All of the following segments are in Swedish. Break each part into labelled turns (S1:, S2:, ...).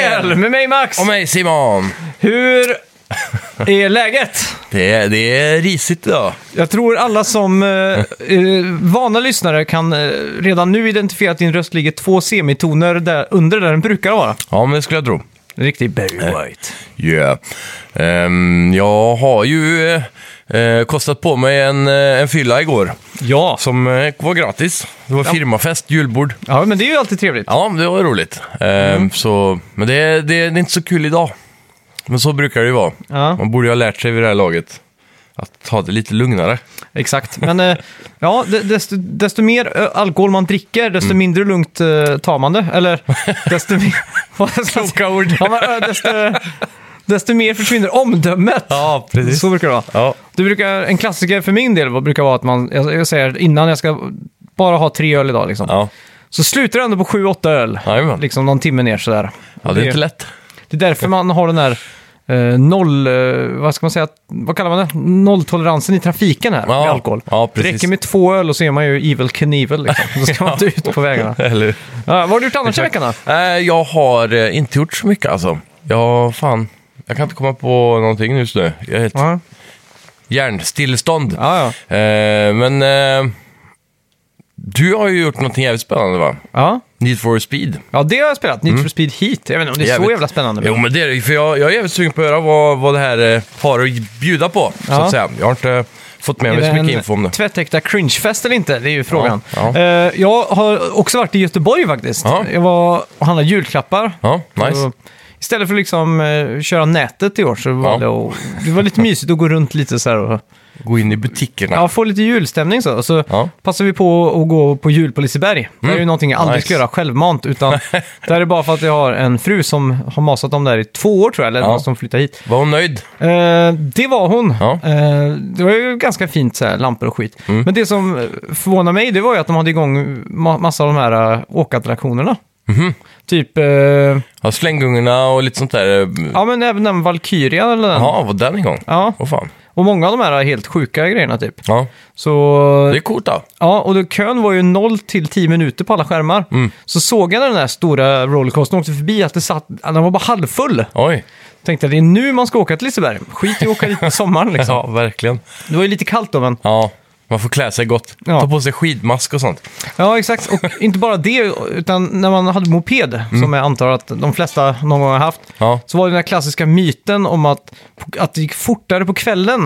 S1: öl med mig Max.
S2: Och mig Simon.
S1: Hur är läget?
S2: Det är, det är risigt idag.
S1: Jag tror alla som eh, eh, vana lyssnare kan eh, redan nu identifiera att din röst ligger två semitoner där, under där den brukar vara.
S2: Ja, men det skulle jag tro.
S1: En riktig Barry White.
S2: Yeah. Ehm, jag har ju eh, eh, kostat på mig en, eh, en fylla igår.
S1: Ja.
S2: Som eh, var gratis. Det var firmafest, julbord.
S1: ja, men det är ju alltid trevligt.
S2: Ja, det var roligt. Ehm, så, men det, är- det, är- det är inte så kul idag. Men så brukar det ju vara.
S1: Ja.
S2: Man borde ju ha lärt sig vid det här laget. Att ta det lite lugnare.
S1: Exakt. Men eh, ja, de- desto, desto mer eh, alkohol man dricker, desto
S2: Mm.
S1: mindre lugnt eh, tar man det. Eller desto mer... vad ska jag säga?
S2: ord.
S1: Ja, men, eh, desto, desto mer försvinner omdömet.
S2: Ja, precis.
S1: Så brukar det vara.
S2: Ja.
S1: Du brukar, en klassiker för min del brukar vara att man, jag, jag säger innan jag ska bara ha tre öl idag liksom.
S2: Ja.
S1: Så slutar det ändå på sju, åtta öl.
S2: Jajamän.
S1: Liksom någon timme ner sådär.
S2: Ja, det är inte lätt.
S1: det är därför man har den här eh, noll, eh, vad ska man säga, vad kallar man det? Nolltoleransen i trafiken här
S2: Ja.
S1: med alkohol.
S2: Ja,
S1: det
S2: precis.
S1: räcker med två öl och så är man ju evil Knievel liksom. Då ska man inte ut på vägarna.
S2: Eller hur?
S1: Ja, vad har du gjort annars i veckan då?
S2: Nej, jag har eh, inte gjort så mycket alltså. Jag, fan, jag kan inte komma på någonting just nu. Jag är ett
S1: Ja,
S2: hjärnstillestånd.
S1: ja.
S2: Eh, men eh, du har ju gjort någonting jävligt spännande va?
S1: Ja,
S2: Need for speed.
S1: ja det har jag spelat. Need for Speed Heat. Jag vet inte om det är så
S2: Mm. Jävligt.
S1: jävla spännande. men-
S2: Jo men det är det ju, för jag, jag är jävligt sugen på att höra vad, vad det här eh, har att bjuda på. Så
S1: Ja.
S2: att säga. Jag har inte fått med
S1: Är
S2: mig
S1: det
S2: så mycket
S1: en
S2: info om det.
S1: tvättäkta cringefest eller inte? Det är ju frågan.
S2: Ja, ja.
S1: Eh, jag har också varit i Göteborg faktiskt.
S2: Ja.
S1: Jag var och handlade julklappar.
S2: Ja, nice.
S1: Och Istället för att liksom eh, köra nätet i år så valde jag att... Det var lite mysigt att gå runt lite så här och
S2: Gå in i butikerna.
S1: ja, få lite julstämning så. Och så
S2: Ja.
S1: passade vi på att gå på jul på Liseberg. Det är ju någonting jag aldrig
S2: Mm. Nice.
S1: ska göra självmant utan det här är bara för att jag har en fru som har masat om det här i två år tror jag, eller
S2: Ja.
S1: som flyttade hit.
S2: Var hon nöjd?
S1: Eh, det var hon.
S2: Ja. Mm.
S1: Eh, det var ju ganska fint så här, lampor och skit. Men det som eh, förvånade mig, det var ju att de hade igång ma- massa av de här eh, åkattraktionerna.
S2: Mhm.
S1: Typ, eh,
S2: Ja, slänggungorna och lite sånt där. eh,
S1: ja men även den Valkyria eller den.
S2: Jaha, var den igång?
S1: Ja,
S2: Åh fan.
S1: och många av de här helt sjuka grejerna typ.
S2: Ja,
S1: Så,
S2: det är coolt då.
S1: ja, och då, kön var ju 0 till 10 minuter på alla skärmar.
S2: Mm.
S1: Så såg jag när den där stora rollercoastern åkte förbi att det satt, att den var bara halvfull.
S2: Oj.
S1: Tänkte jag, det är nu man ska åka till Liseberg. Skit i att åka dit på sommaren liksom.
S2: Ja, verkligen.
S1: Det var ju lite kallt då men.
S2: Ja, man får klä sig gott.
S1: Ja.
S2: Ta på sig skidmask och sånt.
S1: Ja, exakt. Och inte bara det, utan när man hade moped, som jag antar att de flesta någon gång har haft,
S2: Mm. Ja.
S1: så var det den här klassiska myten om att, att det gick fortare på kvällen.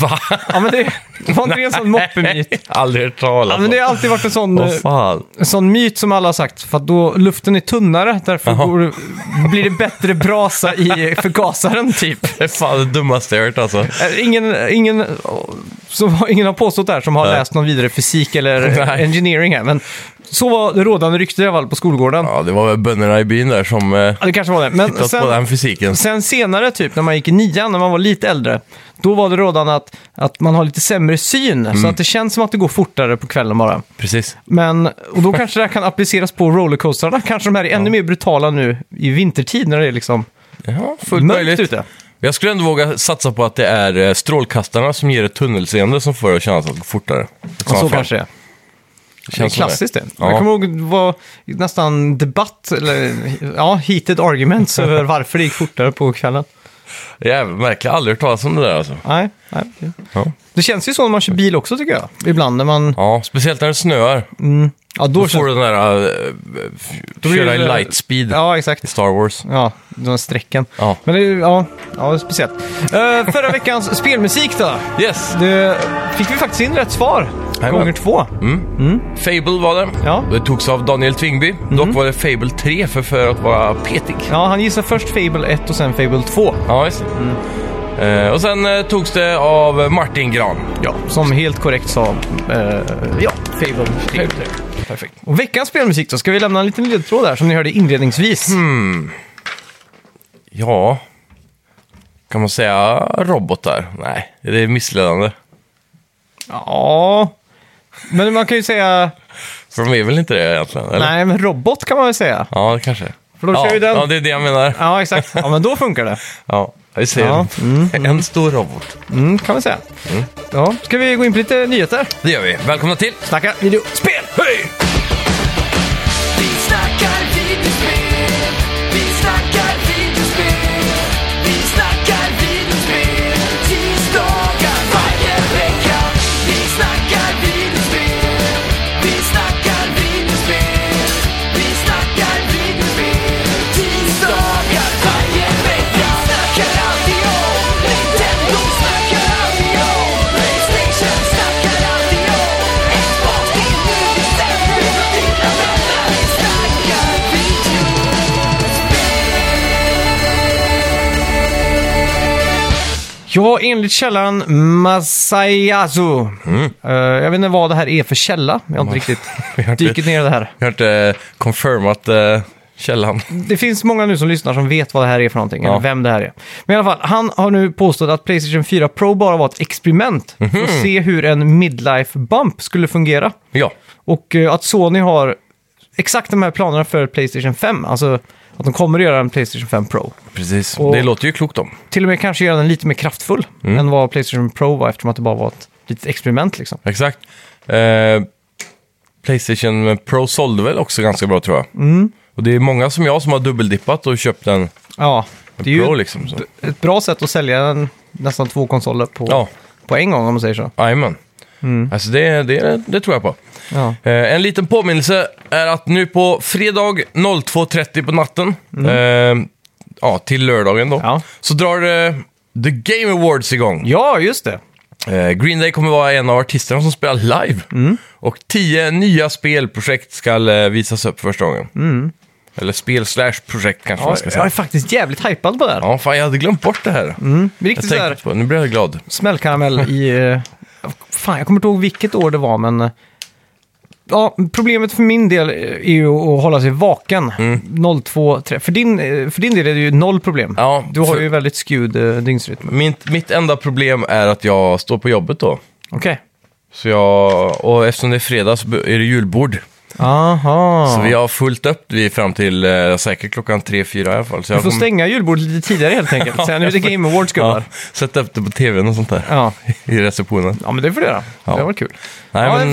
S2: Va?
S1: Ja, men det, det var inte det en sån moppemyt.
S2: Aldrig hört talas
S1: Ja, men det har alltid varit en sån, eh,
S2: Åh fan.
S1: en sån myt som alla har sagt, för att då luften är tunnare, därför
S2: Jaha.
S1: går, det- blir det bättre brasa i förgasaren typ.
S2: Det är fan det dummaste jag hört alltså.
S1: Eh, Ingen, ingen, som, har- ingen har påstått det här som har
S2: Nej.
S1: läst någon vidare fysik eller
S2: Nej.
S1: engineering här, men så var det rådande rykte i alla fall på skolgården.
S2: Ja, det var väl bönderna i byn där som eh,
S1: Ja, det kanske var det. Men
S2: hittat på
S1: sen,
S2: den fysiken.
S1: sen senare, typ när man gick i nian, när man var lite äldre, då var det rådande att, att man har lite sämre syn,
S2: Mm.
S1: så att det känns som att det går fortare på kvällen bara.
S2: Precis.
S1: Men, och då kanske det här kan appliceras på rollercoastrarna. Kanske de här är ännu mer brutala nu i vintertid när det är liksom
S2: Ja, fullt
S1: mörkt
S2: möjligt.
S1: ute.
S2: Jag skulle ändå våga satsa på att det är eh, strålkastarna som ger ett tunnelseende som får det att kännas att gå fortare.
S1: Och så kanske det är.
S2: det
S1: Det är
S2: känns som
S1: klassiskt det.
S2: Ja.
S1: Jag kommer ihåg det var nästan debatt, eller ja, heated arguments över varför det gick fortare på kvällen.
S2: Jävligt märkligt. Jag har Aldrig hört talas om det där alltså.
S1: Nej, nej.
S2: Ja.
S1: Det känns ju så när man kör bil också tycker jag. Ibland när man...
S2: ja, speciellt när det snöar.
S1: Ja, då,
S2: Då
S1: känns
S2: får du den där... eh, f-
S1: blir
S2: köra i
S1: det-
S2: light speed
S1: Ja,
S2: i
S1: exakt.
S2: Star Wars.
S1: Ja, de här strecken.
S2: Ja.
S1: Men det är ju- ja, ja, det är speciellt. Eh, förra veckans spelmusik då.
S2: Yes!
S1: Det fick vi faktiskt in rätt svar.
S2: Jajamän.
S1: Gånger två.
S2: Fable var det.
S1: Ja. Mhm.
S2: Det togs av Daniel Tvingby. Dock var det Fable 3 för, för att vara petig.
S1: Ja, han gissade först Fable 1 och sen Fable 2.
S2: Ja, visst.
S1: Mm.
S2: Eh, och sen eh, togs det av Martin Gran.
S1: Ja. Som helt korrekt sa, eh, ja, Fable 3.
S2: Perfekt.
S1: Och veckans spelmusik då, ska vi lämna en liten ledtråd där som ni hörde inledningsvis.
S2: Ja, kan man säga robotar? Nej, det är missledande.
S1: Ja, men man kan ju säga,
S2: För de är väl inte det egentligen? Eller?
S1: nej men robot kan man väl säga.
S2: Ja, det kanske.
S1: För då
S2: ja,
S1: kör vi den.
S2: Ja, det är det jag menar.
S1: Ja, exakt. Ja, men då funkar det.
S2: Ja, vi ser.
S1: Ja.
S2: En stor robot.
S1: Mm, kan man säga. Ja, ska vi gå in på lite nyheter?
S2: Det gör vi. Välkomna till
S1: Snacka videospel!
S2: Hej!
S3: Vi snackar videospel, vi snackar
S1: Ja, enligt källan Masayazu. Eh, jag vet inte vad det här är för källa. Jag har inte riktigt
S2: har inte-
S1: dykt ner i det här.
S2: Jag har inte eh, confirmat eh, källan.
S1: Det finns många nu som lyssnar som vet vad det här är för någonting,
S2: Ja.
S1: eller vem det här är. Men i alla fall, han har nu påstått att Playstation 4 Pro bara var ett experiment för
S2: Mhm.
S1: att se hur en midlife bump skulle fungera.
S2: Ja,
S1: Och eh, att Sony har exakt de här planerna för Playstation 5, alltså att de kommer att göra en Playstation 5 Pro.
S2: precis.
S1: Och-
S2: Det låter ju klokt om.
S1: Till och med kanske göra den lite mer kraftfull
S2: Mm.
S1: än vad Playstation Pro var eftersom att det bara var ett litet experiment liksom.
S2: Exakt. Eh, Playstation Pro sålde väl också ganska bra tror jag.
S1: Mm.
S2: Och det är många som jag som har dubbeldippat och köpt en
S1: Ja, det är
S2: Pro
S1: ju
S2: liksom. Så.
S1: ett bra sätt att sälja en, nästan två konsoler på,
S2: Ja,
S1: på en gång om man säger så.
S2: jajamän.
S1: Mm.
S2: Alltså det, det, det tror jag på.
S1: Ja.
S2: Eh, en liten påminnelse är att nu på fredag 02.30 på natten, eh, ja, till lördagen då,
S1: Mm. Ja.
S2: så drar eh, The Game Awards igång.
S1: ja, just det.
S2: Eh, Green Day kommer vara en av artisterna som spelar live.
S1: Mm.
S2: Och tio nya spelprojekt ska eh, visas upp för första gången. Eller spel slash projekt kanske man
S1: Mm. Ja,
S2: ska
S1: jag är
S2: säga.
S1: faktiskt jävligt hypad på det här.
S2: Ja, fan jag hade glömt bort det här.
S1: Det är
S2: Jag
S1: Riktigt så
S2: tänkte
S1: här
S2: på, nu blir jag glad.
S1: smällkaramell i... eh, Fan, jag kommer inte ihåg vilket år det var, men... eh, Ja, problemet för min del eh, är ju att hålla sig vaken.
S2: Mm.
S1: 02, tre- för, din, eh, för din del är det ju noll problem.
S2: Ja,
S1: du har
S2: för-
S1: ju väldigt skewed eh, dygnsrytm.
S2: Mitt, mitt enda problem är att jag står på jobbet då.
S1: Okej.
S2: Så jag, och eftersom det är fredag så är det julbord.
S1: Aha.
S2: Så vi har fullt upp vi fram till eh, säkert klockan tre fyra i alla fall. Så
S1: Du
S2: jag
S1: får
S2: kommer-
S1: stänga julbordet lite tidigare helt enkelt. Sen är det Game Awards,
S2: ja,
S1: gubbar.
S2: Sätta upp det på tvn och sånt där.
S1: Ja.
S2: I receptionen.
S1: ja, men det får du göra.
S2: Ja.
S1: Det var kul.
S2: Nej,
S1: ja,
S2: men-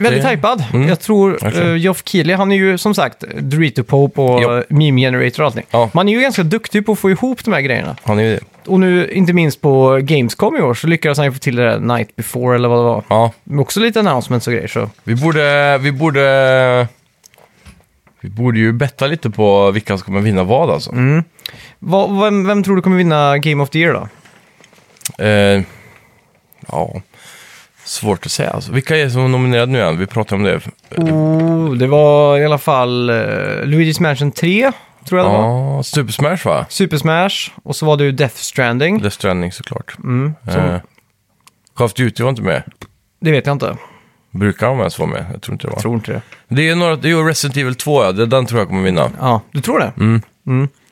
S2: Mm.
S1: jag är fa- Väldigt
S2: det-
S1: hypad. Jag tror
S2: Verkligen.
S1: eh, Geoff Keighley, han är ju som sagt Dorito Pope och
S2: Jo.
S1: eh, Meme Generator och allting.
S2: Ja.
S1: Man är ju ganska duktig på att få ihop de här grejerna.
S2: Han är ju det.
S1: Och nu, inte minst på Gamescom i år, så lyckades han ju få till det där Night Before eller vad det var.
S2: Ja,
S1: Men också lite announcements och grejer. Så.
S2: Vi borde, vi borde... Vi borde ju betta lite på vilka som kommer vinna vad alltså.
S1: Mm. Vad- vem, vem tror du kommer vinna Game of the Year då?
S2: Eh, ja, svårt att säga alltså. Vilka är det som är nominerade nu igen? Vi pratade om det.
S1: Oh, det var i alla fall eh, Luigi's Mansion 3, tror jag det var.
S2: Ja, Super Smash va?
S1: Super Smash, och så var det ju Death Stranding.
S2: Death Stranding såklart.
S1: Mm, som,
S2: Eh, Call of Duty var inte med.
S1: Det vet jag inte.
S2: Brukar de ens vara med? Jag tror inte det
S1: Jag
S2: var.
S1: tror inte det.
S2: Det är några, det är ju Resident Evil 2 ja. Det- Den tror jag kommer vinna.
S1: Ja, du tror det?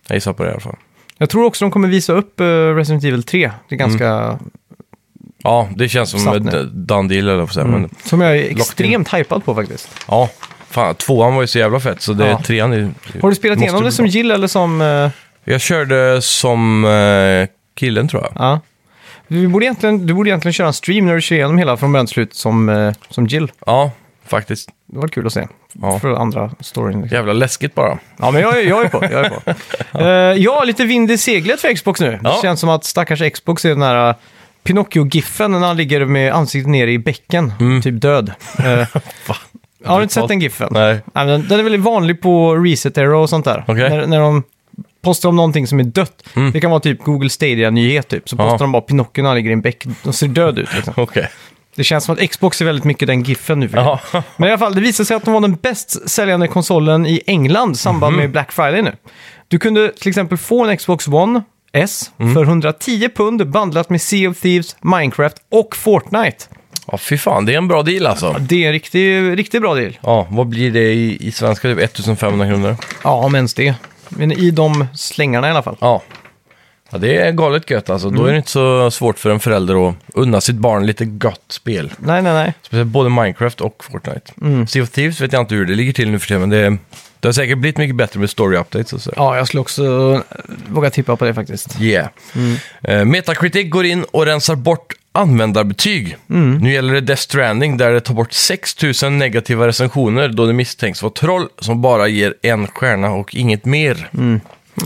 S2: Jag gissar på det i alla fall.
S1: Jag tror också de kommer visa upp eh, Resident Evil 3. Det är ganska...
S2: Ja, det känns som
S1: Satt Mm.
S2: ett
S1: nu.
S2: eh, done deal eller vad säga. Men
S1: Som jag är extremt hypad på faktiskt.
S2: ja, fan tvåan var ju så jävla fett så det
S1: Ja.
S2: trean är
S1: Har du spelat
S2: måste
S1: igenom
S2: bli
S1: det som
S2: bra.
S1: Jill eller som... eh,
S2: Jag körde som eh, killen tror jag.
S1: Ja. Du borde, egentligen, du borde egentligen köra en stream när du kör igenom hela från början till slut som, eh, som Jill.
S2: Ja, faktiskt.
S1: Det var kul att se.
S2: Ja.
S1: För andra storyn. Liksom.
S2: Jävla läskigt bara.
S1: Ja, men jag, är- jag är på. Jag är på. ja. ja, lite vind i seglet för Xbox nu.
S2: Ja.
S1: Det känns som att stackars Xbox är den här eh, Pinocchio-giffen när han ligger med ansiktet nere i bäcken,
S2: Mm.
S1: typ död. Eh, har du inte sett den giffen?
S2: Nej.
S1: Nej, men den är väldigt vanlig på Reset Era och sånt där.
S2: Okej. Mm.
S1: När, när de postar om någonting som är dött. Det kan vara typ Google Stadia-nyhet typ. Så
S2: Ja.
S1: postar de bara Pinocchio när han ligger i en bäck. De ser död ut liksom.
S2: Okej.
S1: Det känns som att Xbox är väldigt mycket den giffen nu för tiden.
S2: Ja.
S1: Men i alla fall, det visade sig att de var den bäst säljande konsolen i England i samband
S2: Mhm.
S1: med Black Friday nu. Du kunde till exempel få en Xbox One S
S2: Mm.
S1: för 110 pund bandlat med Sea of Thieves, Minecraft och Fortnite.
S2: ja, fy fan. Det är en bra deal alltså.
S1: Det är en riktigt, riktigt bra deal.
S2: Ja, vad blir det i, i svenska? Typ 1500 kronor?
S1: Ja, om ens det. Men i de slängarna i alla fall.
S2: Ja. Ja, det är galet gött alltså. Då är det inte så svårt för en förälder att unna sitt barn lite gott spel.
S1: Nej, nej, nej.
S2: Speciellt både Minecraft och Fortnite. Sea of Thieves vet jag inte hur det ligger till nu för tiden, men det, det har säkert blivit mycket bättre med story updates och så.
S1: Ja, jag skulle också eh, våga tippa på det faktiskt.
S2: Yeah. Eh, Metacritic går in och rensar bort användarbetyg.
S1: Mm.
S2: Nu gäller det Death Stranding där det tar bort 6000 negativa recensioner då det misstänks vara troll som bara ger en stjärna och inget mer.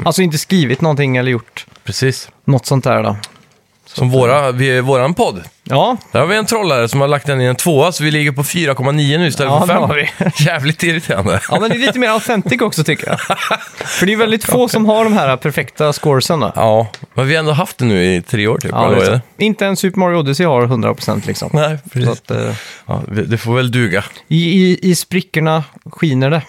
S1: Alltså inte skrivit någonting eller gjort
S2: Precis.
S1: något sånt där då.
S2: Som
S1: eh,
S2: våra, vi, våran podd.
S1: Ja,
S2: Där har vi en trollare som har lagt den i en tvåa så vi ligger på 4,9 nu istället
S1: Ja,
S2: för
S1: det
S2: 5.
S1: har vi.
S2: Jävligt irriterande.
S1: ja men det är lite mer autentic också tycker jag. För det är väldigt få som har de här perfekta scoresen då.
S2: Ja, men vi har ändå haft det nu i tre år typ.
S1: Ja,
S2: eller vad
S1: det är
S2: är det?
S1: så. Inte en Super Mario Odyssey har 100% liksom.
S2: Nej,
S1: Så
S2: precis.
S1: att, eh,
S2: Ja, det får väl duga.
S1: i, i, I sprickorna skiner det.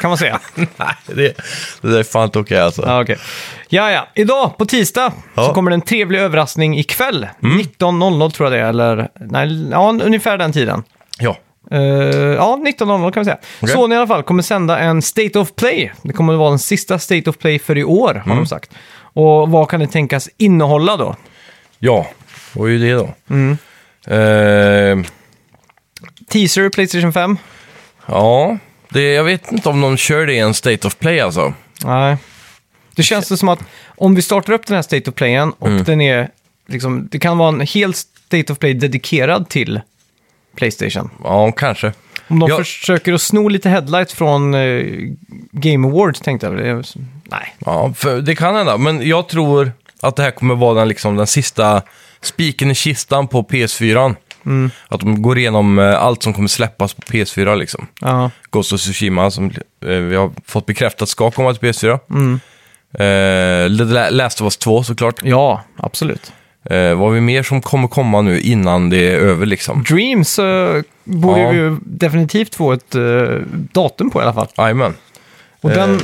S1: kan man säga.
S2: Nej, det, det där är fan inte okej alltså.
S1: Ja, okej. ja, ja. Idag på tisdag så
S2: Ja.
S1: kommer det en trevlig överraskning ikväll. 19.00 tror jag det är, eller nej, ja, ungefär den tiden.
S2: Ja.
S1: Eh, ja, 19.00 kan vi säga.
S2: Okej.
S1: Sony i alla fall kommer sända en State of Play. Det kommer att vara den sista State of Play för i år,
S2: Mm.
S1: har de sagt. Och vad kan det tänkas innehålla då?
S2: Ja, det var ju det då.
S1: Mm.
S2: Eh,
S1: Teaser, Playstation 5?
S2: ja, det, jag vet inte om de kör det i en State of Play alltså.
S1: Nej. Det känns det som att om vi startar upp den här State of Playen och
S2: Mm.
S1: den är liksom, det kan vara en hel State of Play dedikerad till Playstation.
S2: Ja, kanske.
S1: Om de
S2: Ja.
S1: försöker att sno lite headlights från eh, Game Awards tänkte jag. Det är- Nej.
S2: Ja, för det kan hända. Men jag tror att det här kommer vara den, liksom, den sista spiken i kistan på PS4.
S1: Mm.
S2: Att de går igenom eh, allt som kommer släppas på PS4 liksom.
S1: Ja.
S2: Ghost of Tsushima som eh, vi har fått bekräftat ska komma till PS4. Eh, The La- Last of Us 2 såklart.
S1: Mm. ja, absolut.
S2: Eh, vad har vi mer som kommer komma nu innan det är över liksom?
S1: Dreams eh, borde
S2: Ja.
S1: vi ju definitivt få ett eh, datum på i alla fall. Eh,
S2: Jajamän.
S1: Och den,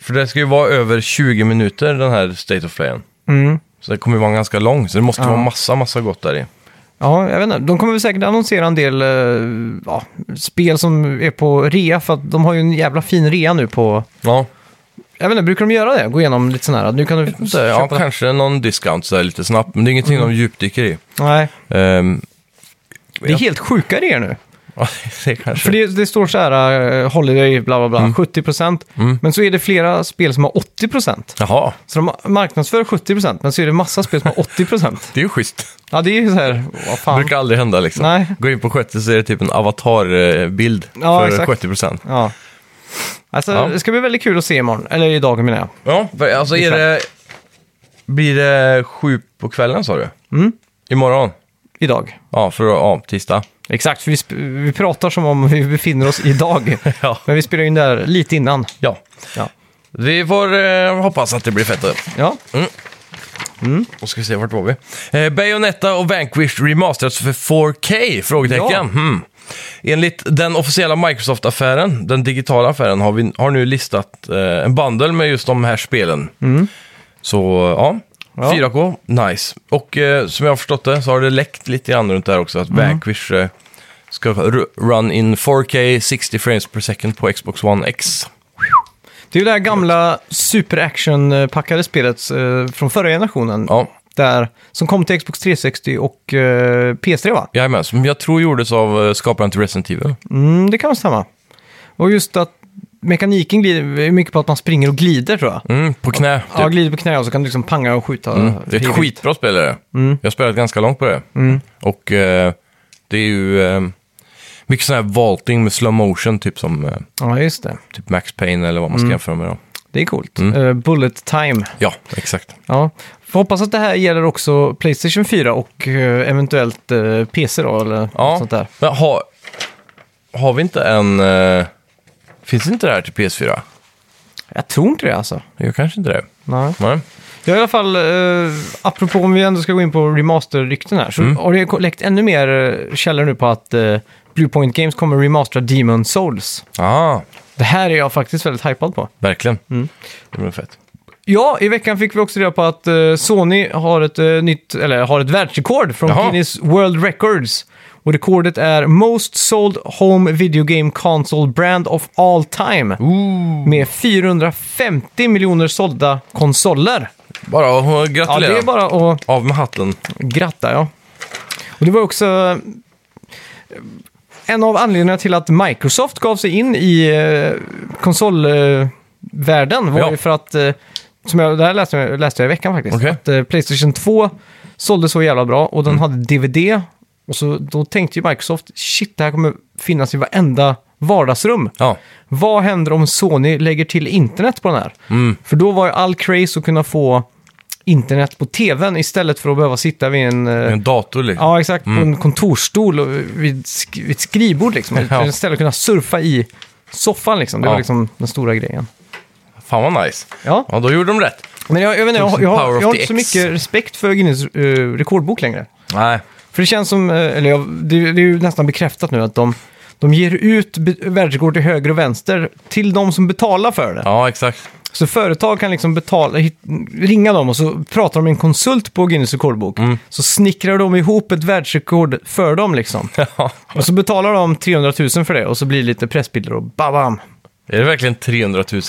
S2: För det ska ju vara över 20 minuter den här State of Playen.
S1: mm,
S2: Så det kommer ju vara ganska lång, så det måste
S1: Ja.
S2: vara massa, massa gott där i.
S1: ja, jag vet inte. De kommer väl säkert annonsera en del eh, ja, spel som är på rea, för att de har ju en jävla fin rea nu på...
S2: Ja,
S1: Jag vet inte, brukar de göra det? Gå igenom lite sån här, nu kan du
S2: så, ja kanske någon discount så här lite snabbt, men det är ingenting
S1: Mm.
S2: de djupdyker i.
S1: Nej,
S2: Ehm,
S1: det är helt sjuka reor nu.
S2: ja, det kanske.
S1: För det, det står så här, eh, Holiday, bla bla bla, 70%. Men så är det flera spel som har 80%.
S2: Jaha,
S1: Så de marknadsför 70% men så är det massa spel som har 80%.
S2: det är ju schysst.
S1: Ja, det är ju så här, vad
S2: Det
S1: fan.
S2: brukar aldrig hända liksom.
S1: Nej.
S2: Gå in på sjätte så är det typ en avatarbild
S1: Ja,
S2: för
S1: exakt.
S2: 70 procent.
S1: Ja. Alltså,
S2: Ja.
S1: det ska bli väldigt kul att se imorgon. Eller idag menar jag.
S2: Ja, för alltså är det... Blir det sju på kvällen sa du?
S1: Mm.
S2: Imorgon?
S1: Idag.
S2: Ja, för ja, tisdag.
S1: Exakt, för vi, sp- vi pratar som om vi befinner oss idag.
S2: Ja.
S1: Men vi spelar in det här lite innan.
S2: ja.
S1: Ja.
S2: Vi får eh, hoppas att det blir fett. då.
S1: Ja,
S2: Och ska vi se, vart var vi? Eh, Bayonetta och Vanquish remasteras för 4K? Frågetecken.
S1: Ja.
S2: Hmm. Enligt den officiella Microsoft-affären, den digitala affären, har, vi, har nu listat eh, en bundle med just de här spelen. Så ja,
S1: Mm. Ja.
S2: 4K, nice. Och eh, som jag har förstått det så har det läckt lite grann runt där också att
S1: Mm.
S2: Vanquish eh, ska ru- run in 4K 60 frames per second på Xbox One X.
S1: det är ju det här gamla superaction-packade spelet eh, från förra generationen.
S2: Ja,
S1: Där, som kom till Xbox 360 och eh, PS3 va?
S2: jajamän, som jag tror gjordes av eh, skaparen till Resident Evil.
S1: Mm, det kan stämma. Och just att mekaniken glider är mycket på att man springer och glider tror jag.
S2: Mm, på knä. typ.
S1: Ja, glider på knä och så kan du liksom panga och skjuta.
S2: Mm, Det är ett
S1: hej vilt.
S2: skitbra spel är det.
S1: Mm.
S2: Jag har spelat ganska långt på det. Och eh, det är ju eh, mycket sån här vaulting med slow motion, typ som eh,
S1: Ja, just det.
S2: typ Max Payne eller vad
S1: Mm.
S2: man ska jämföra med. Då.
S1: Det är coolt. Eh, bullet time.
S2: Ja, exakt.
S1: Ja. Får hoppas att det här gäller också Playstation 4 och eh, eventuellt eh, PC då, eller
S2: Ja.
S1: något sånt där.
S2: Men har, har vi inte en... Eh, finns inte det här till PS4?
S1: Jag tror inte det alltså.
S2: Det gör kanske inte det.
S1: Nej.
S2: Nej.
S1: Jag i alla fall, eh, apropå om vi ändå ska gå in på remaster-rykten här, så har det ko- läckt ännu mer eh, källor nu på att eh, Bluepoint Games kommer remastera Demon Souls.
S2: Ah,
S1: Det här är jag faktiskt väldigt hypad på.
S2: verkligen.
S1: Mm.
S2: Det blir fett.
S1: Ja, i veckan fick vi också reda på att eh, Sony har ett, eh, nytt, eller, har ett världsrekord från
S2: Jaha.
S1: Guinness World Records. Och rekordet är Most Sold Home Video Game Console Brand of All Time. Med 450 miljoner sålda konsoler.
S2: Bara att
S1: Ja,
S2: gratulera.
S1: det är bara att
S2: Av med hatten.
S1: gratta, ja. Och det var också eh, en av anledningarna till att Microsoft gav sig in i eh, konsolvärlden var
S2: Ja.
S1: ju för att, eh, som jag, det här läste jag, läste jag i veckan faktiskt,
S2: Okej. Mm.
S1: att eh, Playstation 2 sålde så jävla bra och den hade DVD. Och så, då tänkte ju Microsoft, shit det här kommer finnas i varenda vardagsrum.
S2: Ja,
S1: Vad händer om Sony lägger till internet på den här?
S2: Mm.
S1: För då var ju all craze att kunna få internet på tvn istället för att behöva sitta vid en... eh,
S2: en dator liksom.
S1: Ja, exakt. På en kontorsstol och vid, sk- vid ett skrivbord liksom.
S2: Ja.
S1: Istället kunna surfa i soffan liksom. Det
S2: Ja.
S1: var liksom den stora grejen.
S2: Fan vad nice.
S1: Ja,
S2: Ja, då gjorde de rätt.
S1: men jag, jag vet inte, jag, har-
S2: Tusen
S1: jag,
S2: power
S1: har-
S2: of
S1: jag har
S2: the
S1: inte så
S2: X.
S1: mycket respekt för Guinness eh, rekordbok längre.
S2: Nej.
S1: För det känns som, eh, eller jag, det, det är ju nästan bekräftat nu att de, De ger ut be- världskort till höger och vänster till de som betalar för det.
S2: Ja, exakt.
S1: Så företag kan liksom betala, hit- ringa dem och så pratar de med en konsult på Guinness rekordbok.
S2: Mm.
S1: Så snickrar de ihop ett världsrekord för dem liksom.
S2: Ja.
S1: Och så betalar de 300 000 för det och så blir det lite pressbilder och babam.
S2: Är det verkligen 300 000?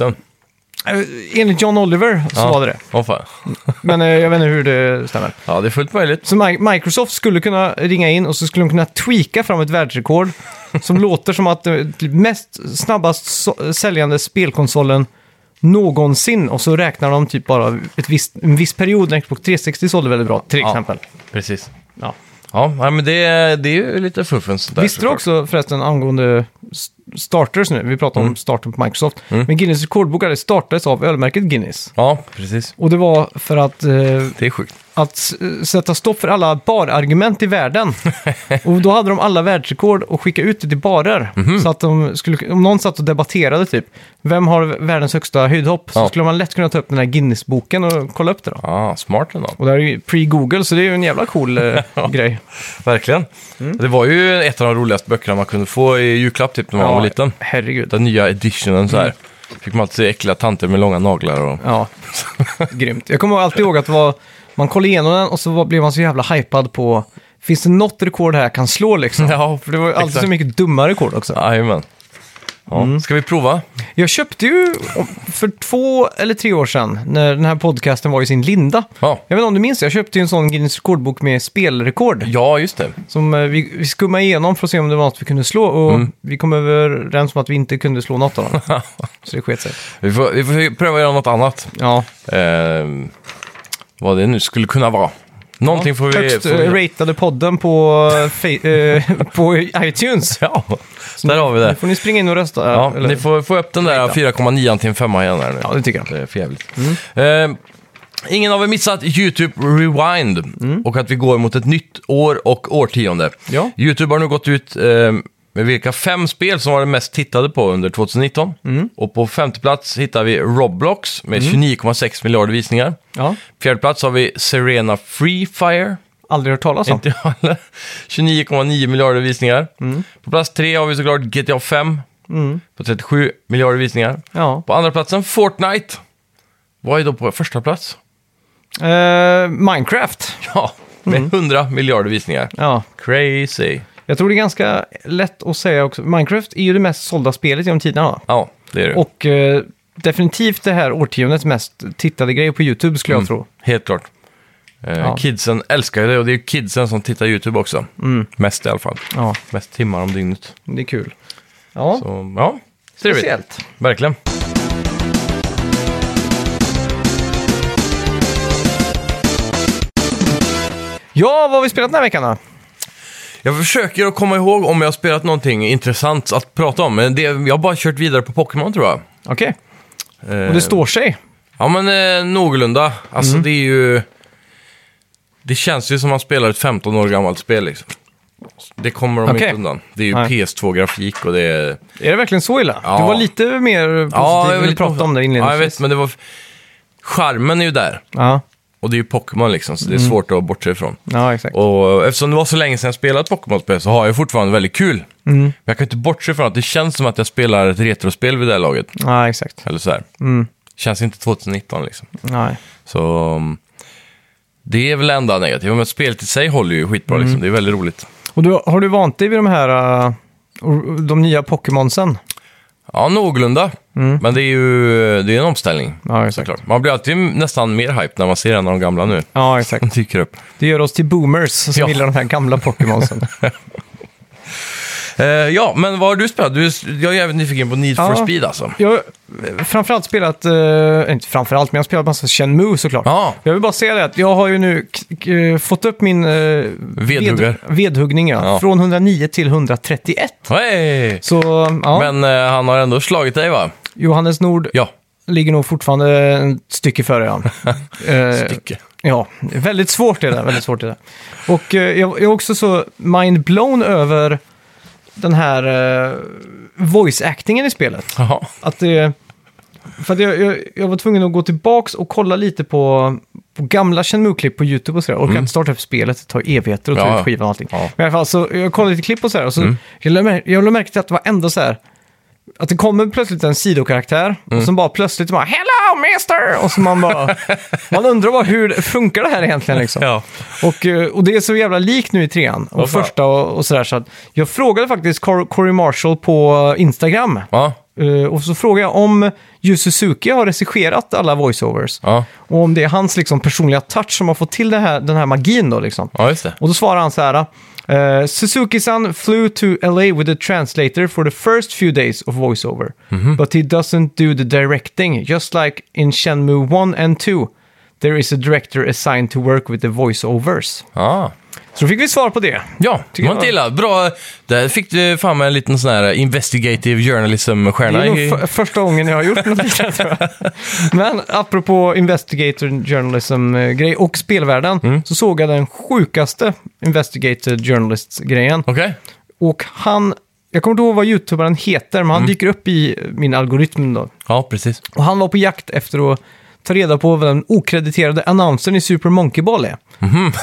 S1: Eh, Enligt John Oliver så
S2: ja.
S1: var det det.
S2: Åh, fan.
S1: Men eh, jag vet inte hur det stämmer.
S2: Ja, det är fullt möjligt.
S1: Så Mi- Microsoft skulle kunna ringa in och så skulle de kunna tweaka fram ett världsrekord som låter som att eh, mest snabbast så- säljande spelkonsolen någonsin och så räknar de typ bara ett visst, en viss period när Xbox 360 sålde väldigt bra till
S2: Ja.
S1: exempel.
S2: Precis.
S1: Ja.
S2: Ja, nej, men det, det är ju lite fuffens där.
S1: Visste du
S2: såklart.
S1: också förresten angående s- starters nu, vi pratar om
S2: Mm.
S1: starten på Microsoft, men Guinness rekordbok hade startades av ölmärket Guinness.
S2: Ja, precis.
S1: Och det var för att eh,
S2: Det är sjukt.
S1: att s- sätta stopp för alla barargument i världen. och då hade de alla världsrekord och skicka ut det till barer.
S2: Mhm.
S1: Så att de skulle, om någon satt och debatterade typ, vem har världens högsta höjdhopp? Så
S2: Ja.
S1: skulle man lätt kunna ta upp den här Guinness-boken och kolla upp det då.
S2: Ah, smart ändå.
S1: Och det här är ju pre-Google, så det är ju en jävla cool eh, grej.
S2: Verkligen.
S1: Mm.
S2: Det var ju ett av de roligaste böckerna man kunde få i julklapp typ när man var liten.
S1: Herregud.
S2: Den nya editionen så här.
S1: Mm.
S2: Fick man alltid se äckliga tanter med långa naglar och...
S1: Ja, grymt. Jag kommer alltid ihåg att det var, man kollade igenom den och så var, blev man så jävla hypad på, finns det något rekord här jag kan slå liksom?
S2: Ja,
S1: För det var ju alltid
S2: exakt.
S1: så mycket Mm. dumma rekord också.
S2: Jajamän. Ja. Ska vi prova?
S1: Jag köpte ju för två eller tre år sedan, när den här podcasten var i sin linda.
S2: Ja.
S1: Jag vet inte om du minns, jag köpte ju en sån Guinness rekordbok med spelrekord.
S2: Ja, just det.
S1: Som eh, vi, vi skummade igenom för att se om det var något vi kunde slå. Och
S2: Mm.
S1: vi kom överens om att vi inte kunde slå något av dem. Så det sket sig.
S2: Vi får, vi får pröva göra något annat.
S1: Ja.
S2: Ehm, vad det nu skulle kunna vara. Någonting får vi...
S1: Högst
S2: får vi-
S1: eh, ratade podden på, eh, fe- eh, på iTunes.
S2: Ja, där har vi
S1: Nu
S2: det.
S1: får ni springa in och rösta.
S2: Ja,
S1: eller-
S2: ni får få upp den där 4,9 till en femma igen här nu.
S1: ja det tycker jag. Mm.
S2: Det är för jävligt. Ehm, ingen har väl missat YouTube Rewind och att vi går mot ett nytt år och årtionde.
S1: Mm. Ja.
S2: YouTube har nu gått ut ehm, med vilka fem spel som var det mest tittade på under 2019.
S1: Mm.
S2: Och på femte plats hittar vi Roblox med 29,6 miljarder visningar.
S1: Ja,
S2: Fjärde plats har vi Serena Free Fire.
S1: aldrig hört talas om.
S2: Inte jag heller. 29,9 miljarder visningar.
S1: Mm.
S2: På plats tre har vi såklart GTA 5 på 37 miljarder visningar.
S1: Ja.
S2: På andra platsen Fortnite. Vad är då på första plats?
S1: Eh, Minecraft.
S2: Ja, med 100 miljarder visningar.
S1: Mm. Ja.
S2: Crazy.
S1: Jag tror det är ganska lätt att säga också. Minecraft är ju det mest sålda spelet genom tiderna. va?
S2: Ja, det är det.
S1: Och eh, definitivt det här årtiondets mest tittade grej på YouTube skulle
S2: Mm.
S1: jag tro.
S2: Helt klart. Eh,
S1: Ja.
S2: Kidsen älskar ju det och det är ju kidsen som tittar YouTube också.
S1: Mm.
S2: Mest i alla fall.
S1: Ja,
S2: Mest timmar om dygnet.
S1: det är kul. Ja,
S2: Så, ja, trevligt.
S1: speciellt.
S2: Verkligen.
S1: Ja, vad har vi spelat den här veckan då?
S2: Jag försöker att komma ihåg om jag har spelat någonting intressant att prata om. Men det, jag har bara kört vidare på Pokémon tror jag.
S1: Okej,
S2: Eh,
S1: och det står sig.
S2: Ja men eh, någorlunda. Alltså
S1: Mm.
S2: det är ju... Det känns ju som man spelar ett 15 år gammalt spel liksom. Det kommer de
S1: Okej.
S2: inte undan. Det är ju
S1: Nej.
S2: PS2-grafik och det är... Alltså,
S1: Är det verkligen så illa?
S2: Ja.
S1: Du var lite mer positiv när du
S2: lite-
S1: pratade om det
S2: Ja, jag
S1: inledningsvis.
S2: vet, men det var... Charmen är ju där.
S1: Ja,
S2: Och det är ju Pokémon liksom, så det är
S1: Mm.
S2: svårt att bortse ifrån.
S1: ja exakt.
S2: Och eftersom det var så länge sedan jag spelat Pokémon-spel så har jag fortfarande väldigt kul.
S1: Mm.
S2: Men jag kan inte bortse från att det känns som att jag spelar ett retrospel vid det här laget.
S1: Ja, exakt.
S2: Eller så här.
S1: Mm.
S2: Känns inte 2019 liksom.
S1: Nej.
S2: Så um, det är väl det enda negativa. Men spelet i sig håller ju skitbra
S1: Mm.
S2: liksom. Det är väldigt roligt.
S1: Och du, har du vant dig vid de här, eh, or- de nya Pokémonsen?
S2: Ja, någorlunda. Men det är ju det är en omställning.
S1: Mm. Ja, exakt.
S2: Såklart. Man blir alltid nästan mer hype när man ser en av de gamla nu.
S1: Ja, exakt.
S2: De dyker upp.
S1: Det gör oss till boomers som
S2: Ja.
S1: gillar de här gamla Pokémonsen.
S2: Eh, ja, men vad har du spelat? Du, jag är jävligt nyfiken på Need for
S1: Ja.
S2: Speed alltså.
S1: Jag har framförallt spelat, eh, inte framförallt, men jag har spelat massa Shenmue såklart.
S2: Ja.
S1: Jag vill bara säga det att jag har ju nu k- k- fått upp min eh,
S2: Vedhuggare.
S1: ved- vedhuggning ja.
S2: Ja.
S1: från 109 till 131.
S2: Hej!
S1: Så ja,
S2: Men eh, han har ändå slagit dig va?
S1: Johannes Nord
S2: Ja.
S1: ligger nog fortfarande ett stycke före han. Eh,
S2: Tycke.
S1: Ja, väldigt svårt är det. Väldigt svårt är det. Och eh, jag, jag är också så mind-blown över den här eh, voice-actingen i spelet.
S2: Jaha.
S1: Att det... För att jag, jag, jag var tvungen att gå tillbaks och kolla lite på, på gamla Shenmue-klipp på YouTube och sådär. Orkar inte starta upp spelet, det tar evigheter att ta
S2: Mm.
S1: ut
S2: Ja, Mm. ja.
S1: skivan och allting.
S2: Ja.
S1: Men i alla fall, så jag kollade lite klipp och sådär och så jag lade mär- jag lade märke till att det var ändå så här att det kommer plötsligt en sidokaraktär
S2: Mm.
S1: och som bara plötsligt bara “Hello mister!” och så man bara... man undrar bara hur funkar det här egentligen liksom?
S2: Ja.
S1: Och, eh, och det är så jävla likt nu i trean och
S2: Vad fan.
S1: första och, och sådär. Så att jag frågade faktiskt Cor- Corey Marshall på Instagram.
S2: Ja.
S1: Eh, och så frågade jag om Yu Suzuki har regisserat alla voiceovers.
S2: Ja.
S1: Och om det är hans liksom, personliga touch som har fått till det här, den här magin då liksom.
S2: ja, just det.
S1: Och då svarar han så här. eh, Suzuki-san flew to LA with a translator for the first few days of voiceover. But he doesn't do the directing, just like in Shenmue 1 and 2. There is a director assigned to work with the voiceovers.
S2: Ja,
S1: Så då fick vi svar på det.
S2: ja det
S1: Tycker
S2: var inte
S1: jag.
S2: illa. Bra. Där fick du fan med en liten sån här investigative
S1: Det
S2: journalism-stjärna.
S1: är nog
S2: i-
S1: för- första gången jag har gjort något liknande tror jag. Men apropå investigator journalism-grej och spelvärlden så såg jag den sjukaste investigator journalist-grejen.
S2: Okej.
S1: Och han, jag kommer inte ihåg vad youtubaren heter, men han dyker upp i min algoritm då.
S2: Ja, precis.
S1: Och han var på jakt efter att ta reda på vad den okrediterade annonsen i Super Monkey Ball är.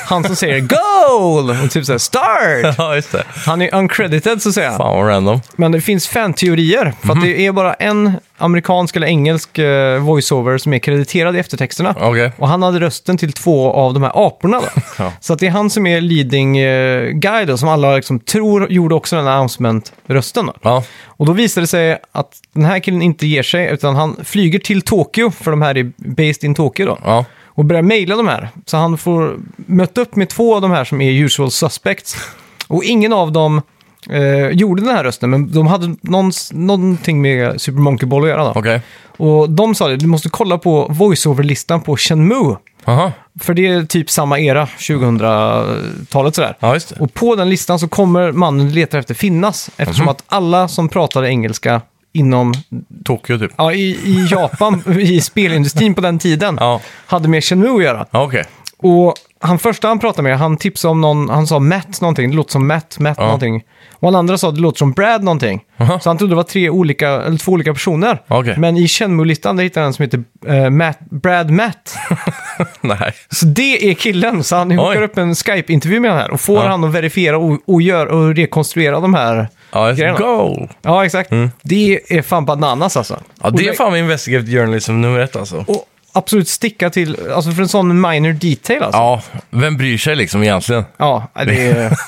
S1: Han som säger “Goal!” och typ såhär “Start!”
S2: Ja, just det.
S1: Han är uncredited så att säga.
S2: Fan vad random.
S1: Men det finns fan-teorier, för att det är bara en amerikansk eller engelsk eh, voiceover som är krediterad i eftertexterna.
S2: Okej.
S1: Och han hade rösten till två av de här aporna då.
S2: Ja.
S1: Så att det är han som är leading eh, guy då, som alla liksom tror gjorde också den här announcement-rösten då.
S2: Ja.
S1: Och då visade det sig att den här killen inte ger sig, utan han flyger till Tokyo, för de här är based in Tokyo då.
S2: Ja.
S1: Och börjar mejla de här. Så han får möta upp med två av de här som är usual suspects. Och ingen av dem eh, gjorde den här rösten, men de hade någon, någonting med Super Monkey Ball att göra då.
S2: Okej.
S1: Och de sa det, du måste kolla på voiceover-listan på Shenmue.
S2: Aha.
S1: För det är typ samma era, 2000-talet sådär.
S2: Ja, just det.
S1: Och på den listan så kommer mannen du letar efter finnas. Eftersom
S2: Mhm.
S1: att alla som pratade engelska inom,
S2: Tokyo typ.
S1: ja, i, i Japan, i spelindustrin på den tiden,
S2: Ja.
S1: hade med Shenmue att göra.
S2: Ja, okej.
S1: Och han första han pratade med, han tipsade om någon, han sa Matt någonting, det låter som Matt, Matt någonting. Och han andra sa det låter som Brad någonting.
S2: Aha.
S1: Så han trodde det var tre olika, eller två olika personer.
S2: Okej.
S1: Men i Shenmue-listan där hittade han en som heter eh, Matt, Brad Matt.
S2: Nej.
S1: Så det är killen, så han hookar upp en Skype-intervju med han här och får
S2: Ja.
S1: han att verifiera och, och, gör, och rekonstruera de här.
S2: Ja, just
S1: Grejerna.
S2: det. Go!
S1: Ja, exakt. Det är fan bananas alltså.
S2: Mm. Ja, det är
S1: Och-
S2: fan vad investigative journalism nummer ett alltså.
S1: Och absolut sticka till, alltså för en sån minor detail alltså.
S2: Ja, vem bryr sig liksom egentligen?
S1: Ja, det är...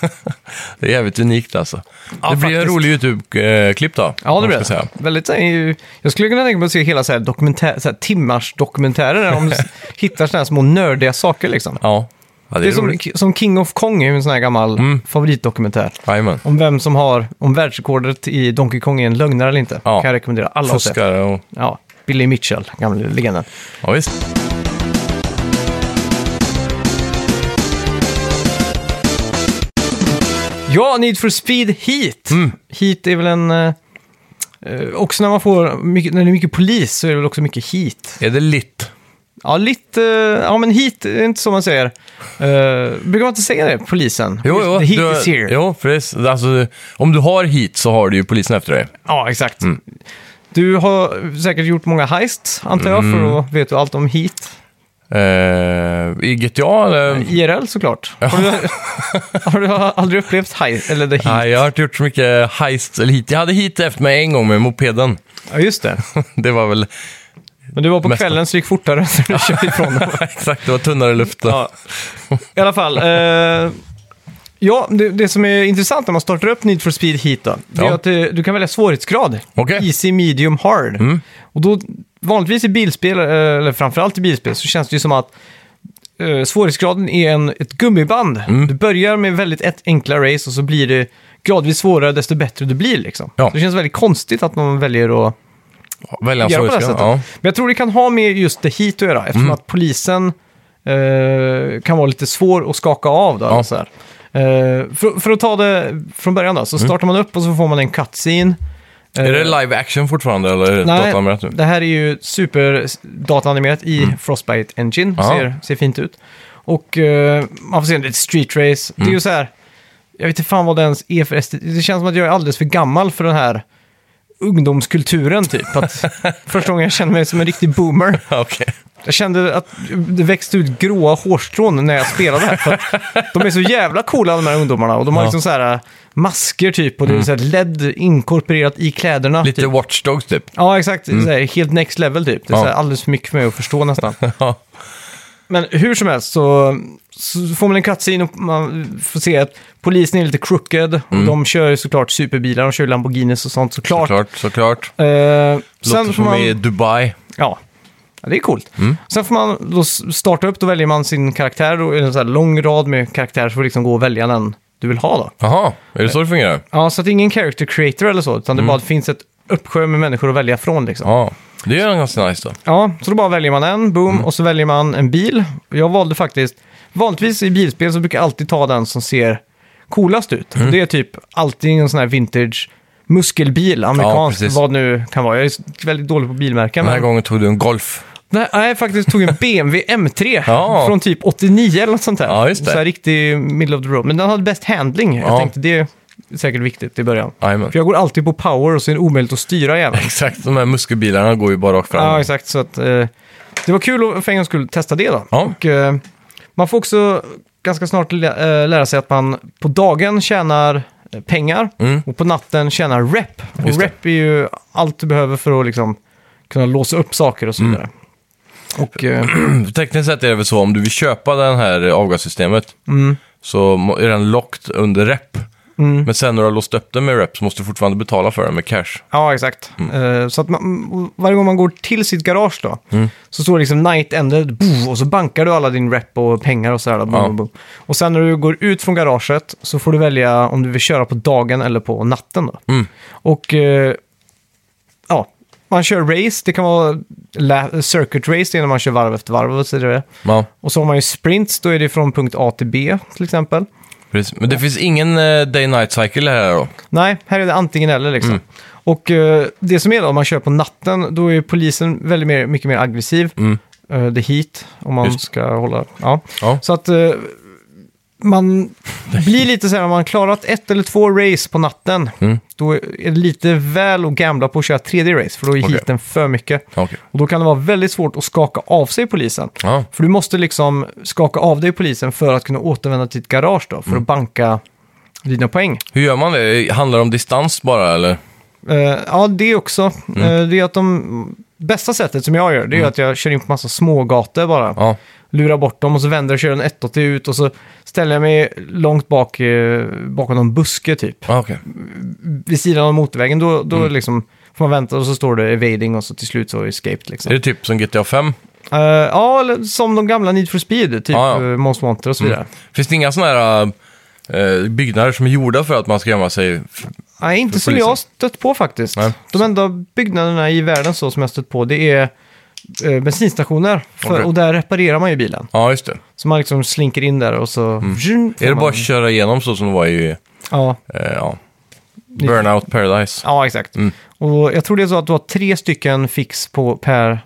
S2: Det är jävligt unikt alltså.
S1: Ja,
S2: det blir en
S1: faktiskt.
S2: rolig YouTube-klipp då.
S1: Ja, det
S2: om
S1: blir
S2: jag ska
S1: det.
S2: säga.
S1: Väldigt, så är ju- jag skulle kunna tänka mig att se hela så här dokumentär, så här timmars dokumentärer där de s- hittar såna här små nördiga saker liksom.
S2: Ja, ja det,
S1: Det
S2: är,
S1: är som,
S2: roligt. Mm.
S1: som King of Kong är ju en sån här gammal favoritdokumentär.
S2: Jajamän.
S1: Om vem som har, om världsrekordet i Donkey Kong är en lögnare eller inte.
S2: Ja.
S1: Kan jag rekommendera alla att se.
S2: Fuskare och...
S1: Ja, Billy Mitchell, gamla legenden.
S2: Ja, visst.
S1: Ja, Need for Speed Heat.
S2: Mm.
S1: Heat är väl en... eh, eh, också när man får, mycket, när det är mycket polis så är det väl också mycket heat.
S2: Är det lit?
S1: Ja, lite, eh, ja men heat är inte så man säger. Uh, brukar man inte säga det, polisen?
S2: Jo, jo.
S1: The heat
S2: du,
S1: is here.
S2: Jo, precis. Alltså, om du har hit så har du ju polisen efter dig.
S1: Ja, exakt.
S2: Mm.
S1: Du har säkert gjort många heists, antar jag,
S2: Mm.
S1: för då vet du allt om heat.
S2: Eh, I GTA eller?
S1: IRL såklart. Har, du, har du aldrig upplevt heist, eller the heat?
S2: Nej, jag har inte gjort så mycket heist eller hit. Jag hade hit efter mig en gång med mopeden.
S1: Ja, just det.
S2: Det var väl...
S1: Men du var på
S2: Mest-
S1: kvällen så det gick fortare när du körde ifrån dem.
S2: Exakt, det var tunnare luft. då.
S1: Ja. I alla fall. Eh, ja, det, det som är intressant när man startar upp Need for Speed Heat då, det är
S2: Ja.
S1: att eh, du kan välja svårighetsgrad.
S2: Okej. Mm.
S1: Easy, medium, hard. Och då, vanligtvis i bilspel, eh, eller framförallt i bilspel, så känns det ju som att eh, svårighetsgraden är en, ett gummiband.
S2: Mm.
S1: Du börjar med väldigt ett, enkla race och så blir det gradvis svårare desto bättre du blir. Liksom.
S2: Ja.
S1: Så Det känns väldigt konstigt att man väljer att
S2: Välja en
S1: göra på det här
S2: svårighetsgrad.
S1: sättet.
S2: Ja.
S1: Men jag tror det kan ha med just det hit att göra, eftersom
S2: Mm.
S1: att polisen eh, kan vara lite svår att skaka av. Då,
S2: Ja.
S1: så här. Eh, för, för att ta det från början då, så startar man upp och så får man en cutscene. Eh,
S2: Mm. Är det live action fortfarande eller är det dataanimerat nu? Mm.
S1: det här är ju superdatanimerat i Frostbite Engine.
S2: Ja.
S1: Ser, ser fint ut. Och eh, man får se lite street race.
S2: Mm.
S1: Det är ju så här, jag vet inte fan vad det ens är för estetik. Det känns som att jag är alldeles för gammal för den här ungdomskulturen typ. Att första gången jag känner mig som en riktig boomer.
S2: Okej.
S1: Jag kände att det växte ut gråa hårstrån när jag spelade här. För att de är så jävla coola de här ungdomarna. Och de har
S2: Ja. Mm.
S1: liksom så här äh, masker typ och det är så här LED inkorporerat i kläderna.
S2: Lite
S1: Typ.
S2: Watch Dogs typ.
S1: Ja, exakt. Så här, helt next level typ. Det är
S2: Ja.
S1: så här alldeles för mycket för mig att förstå nästan.
S2: Ja.
S1: Men hur som helst så, så får man en cutscene och man får se att polisen är lite crooked. och De kör såklart superbilar, de kör Lamborghinis och sånt såklart.
S2: Mm. Såklart, såklart.
S1: Eh,
S2: Låter
S1: sen får
S2: som i
S1: man,
S2: Dubai.
S1: ja, ja, det är coolt.
S2: Mm.
S1: Sen får man då s- starta upp, då väljer man sin karaktär och är det en sån här lång rad med karaktärer så får du liksom gå och välja den du vill ha då.
S2: Jaha, är det så det fungerar?
S1: Ja, så att det är ingen character creator eller så, utan det bara finns ett uppsjö med människor att välja från liksom.
S2: Mm. Ja, det är ju ganska nice då.
S1: Ja, så då bara väljer man en, boom,
S2: Mm.
S1: och så väljer man en bil. Jag valde faktiskt, vanligtvis i bilspel så brukar jag alltid ta den som ser coolast ut.
S2: Mm.
S1: Det är typ alltid en sån här vintage muskelbil, amerikansk,
S2: precis.
S1: vad nu kan vara. Jag är väldigt dålig på bilmärken.
S2: Den här
S1: men-
S2: gången tog du en Golf.
S1: Nej, nej, jag faktiskt tog en BMW M3
S2: Ja.
S1: från typ 89 eller något sånt där.
S2: Ja, just det.
S1: Så här riktig middle of the road. Men den hade bäst handling. Jag
S2: Ja.
S1: tänkte det är säkert viktigt i början.
S2: Jajamän.
S1: För jag går alltid på power och så är det omöjligt att styra jäveln.
S2: Exakt, de här muskelbilarna går ju bara rakt fram.
S1: Ja, exakt. Så att, eh, det var kul att för en gång skulle testa det då.
S2: Ja.
S1: Och, eh, man får också ganska snart lä- eh, lära sig att man på dagen tjänar eh, pengar
S2: Mm.
S1: och på natten tjänar rep.
S2: Just
S1: Och
S2: det.
S1: rep är ju allt du behöver för att liksom kunna låsa upp saker och
S2: Mm.
S1: så vidare. Och, eh,
S2: Tekniskt sett är det väl så om du vill köpa det här avgassystemet så må- är den locked under rep. Men sen när du har låst upp den med rep så måste du fortfarande betala för den med cash.
S1: ja, exakt.
S2: Mm.
S1: Eh, så att man, och varje gång man går till sitt garage då, så står det liksom night ended, boom, och så bankar du alla din rep och pengar och sådär.
S2: Ja.
S1: Boom, boom. Och sen när du går ut från garaget så får du välja om du vill köra på dagen eller på natten då.
S2: Mm.
S1: Och eh, ja, man kör race. Det kan vara la- circuit race, det är när man kör varv efter varv och så vidare.
S2: Ja,
S1: Och så har man ju sprints, då är det från punkt A till B till exempel.
S2: precis. Men det finns ingen eh, day-night cycle här då?
S1: Nej, här är det antingen eller liksom.
S2: Mm.
S1: Och eh, det som är då, om man kör på natten, då är polisen väldigt mer, mycket mer aggressiv.
S2: Mm.
S1: Eh, det är heat, om man
S2: Just.
S1: ska hålla... Ja.
S2: Ja.
S1: Så att eh, man blir lite så här, om man klarat ett eller två race på natten,
S2: Mm.
S1: då är det lite väl att gamla på att köra tredje race, för då är
S2: Okej.
S1: heaten för mycket.
S2: Ja, Okej.
S1: Och då kan det vara väldigt svårt att skaka av sig polisen.
S2: Ja,
S1: För du måste liksom skaka av dig polisen för att kunna återvända till ditt garage då,
S2: Mm.
S1: för att banka dina poäng.
S2: hur gör man det? Handlar det om distans bara eller?
S1: Eh, ja, det också.
S2: Mm.
S1: Eh, det är att de... Bästa sättet som jag gör, det är att jag kör in på massa smågator bara.
S2: Ja,
S1: Lurar bort dem och så vänder och kör en 180 ut och så ställer jag mig långt bak, eh, bakom någon buske typ.
S2: ja okej.
S1: Vid sidan av motorvägen, då, då
S2: Mm.
S1: liksom får man vänta och så står det evading och så till slut så escaped liksom.
S2: Är det typ som GTA 5?
S1: Eh, ja, eller som de gamla Need for Speed, typ
S2: Ja,
S1: ja,
S2: Mm. ja.
S1: Most Wanted och så vidare.
S2: Mm. Finns det inga sådana här eh, byggnader som är gjorda för att man ska gömma sig?
S1: Nej, inte
S2: För
S1: som jag
S2: polisen.
S1: har stött på faktiskt.
S2: Nej.
S1: De enda byggnaderna i världen så som jag har stött på, det är eh, bensinstationer. För,
S2: Okej.
S1: Och där reparerar man ju bilen.
S2: Ja, just det.
S1: Så man liksom slinker in där och så... Vroom, får
S2: Mm. Är det bara
S1: man-
S2: att köra igenom så som det var i
S1: Ja,
S2: eh, ja. Burnout Paradise?
S1: ja exakt.
S2: Mm.
S1: Och jag tror det är så att du har tre stycken fix på, per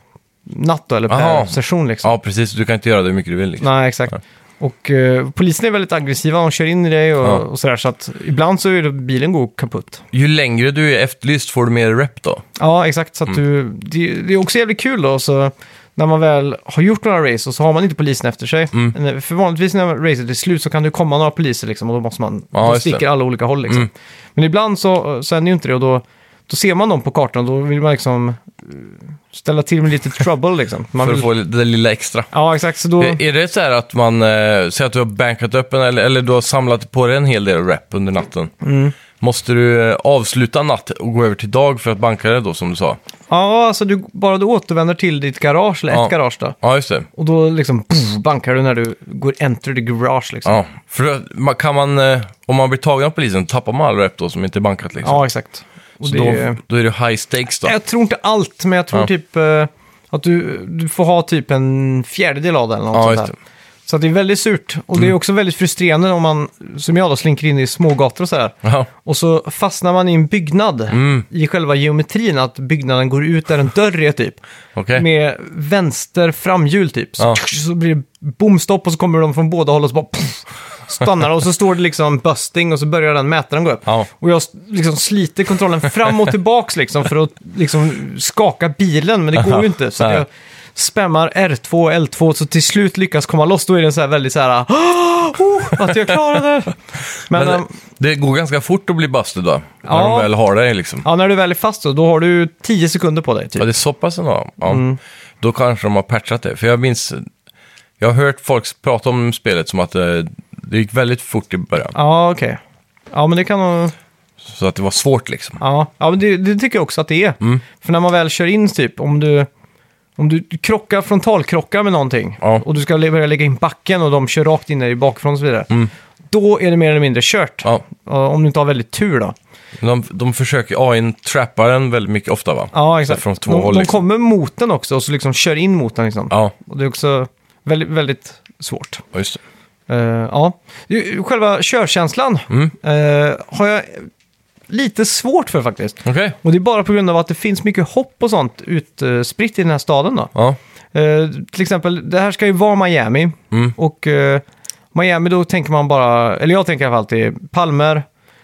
S1: natt då, eller per
S2: Aha.
S1: session liksom.
S2: Ja, precis. Du kan inte göra det hur mycket du vill. Liksom.
S1: Nej, exakt.
S2: Ja.
S1: Och eh, polisen är väldigt aggressiva, de kör in i dig och,
S2: Ja.
S1: och sådär. Så att ibland så är det, bilen går kaputt.
S2: Ju längre du är efterlyst får du mer rep då.
S1: Ja, exakt.
S2: Mm.
S1: Så att du, det, det är också jävligt kul då. Så när man väl har gjort några race och så har man inte polisen efter sig.
S2: Mm.
S1: Eh, För vanligtvis när racet är slut så kan det komma några poliser liksom, och då måste man
S2: Ja,
S1: då
S2: just det. Mm.
S1: sticker alla olika håll. Liksom. Men ibland så, så är det ju inte det och då, då ser man dem på kartan och då vill man liksom eh, ställa till med lite trouble. Liksom. Man
S2: för
S1: vill, Mm.
S2: att få det lilla extra.
S1: Ja, exakt. Så då,
S2: Är är det så här att man, eh, säg att du har bankat upp en, eller, eller du har samlat på dig en hel del rep under natten.
S1: Mm.
S2: Måste du eh, avsluta natt och gå över till dag för att banka det då som du sa?
S1: ja, alltså du, bara du återvänder till ditt garage, eller
S2: Ja.
S1: ett garage då.
S2: Ja, just det.
S1: Och då liksom pff, bankar du när du går enter the garage liksom.
S2: Ja. För då- man- kan man, eh, om man blir tagen av polisen, tappar man all rep då som inte är bankat liksom?
S1: Ja, exakt. Och
S2: Så
S1: det är-
S2: då, då är det high stakes då?
S1: Jag tror inte allt, men jag tror
S2: Ja.
S1: typ eh, att du, du får ha typ en fjärdedel av den. Eller något
S2: Ja,
S1: sånt
S2: just Mm.
S1: där. Så att det är väldigt surt. Och det är också väldigt frustrerande om man, som jag då, slinker in i smågator och sådär.
S2: Ja. Mm.
S1: Och så fastnar man i en byggnad i själva geometrin, att byggnaden går ut där en dörr är typ.
S2: Okej.
S1: Med vänster framhjul typ. Så,
S2: Ja.
S1: så blir det bomstopp och så kommer de från båda håll och så bara pff, stannar och så står det liksom busting och så börjar den mätaren gå upp.
S2: Ja.
S1: Och jag liksom sliter kontrollen fram och tillbaks liksom för att liksom skaka bilen, men det går ju inte. Så att
S2: Nej.
S1: jag spammar R2 och L2 så till slut lyckas komma loss. Då är den så här väldigt så här... "Åh, Oh, att jag klarade det! Men,
S2: Men
S1: men eh,
S2: det, det går ganska fort att bli busted va? När
S1: Ja.
S2: de väl har dig liksom.
S1: ja, när du väl är fast då, då har du 10 sekunder på dig. Typ.
S2: Ja, det är så pass ändå. Ja.
S1: Mm.
S2: Då kanske de har patchat det. För jag minns, jag har hört folk prata om spelet som att eh, det gick väldigt fort i början.
S1: Ja, okej. Ja, men det kan nog...
S2: Så att det var svårt liksom.
S1: Ja, ja men det, det tycker jag också att det är.
S2: Mm.
S1: För när man väl kör in, typ, om du, om du krockar frontalkrockar med någonting
S2: Ja.
S1: och du ska le- börja lägga in backen och de kör rakt in i bakifrån och så vidare. Då är det mer eller mindre kört.
S2: Mm. Ja.
S1: Ja, Om du inte har väldigt tur då.
S2: De, de försöker, AIn trappar den väldigt mycket ofta va?
S1: Ja, exakt.
S2: Så från två
S1: de,
S2: håll
S1: de
S2: liksom.
S1: kommer mot den också och så liksom kör in mot den. Liksom.
S2: Ja,
S1: Och det är också väldigt, väldigt svårt.
S2: ja, just det.
S1: Eh, ja. Ju- Själva körkänslan
S2: Mm.
S1: eh, har jag lite svårt för faktiskt.
S2: Okej.
S1: Och det är bara på grund av att det finns mycket hopp och sånt utspritt i den här staden då.
S2: Ja.
S1: Eh, till exempel, det här ska ju vara Miami.
S2: Mm.
S1: Och eh, Miami då tänker man bara, eller jag tänker i alla fall alltid palmer,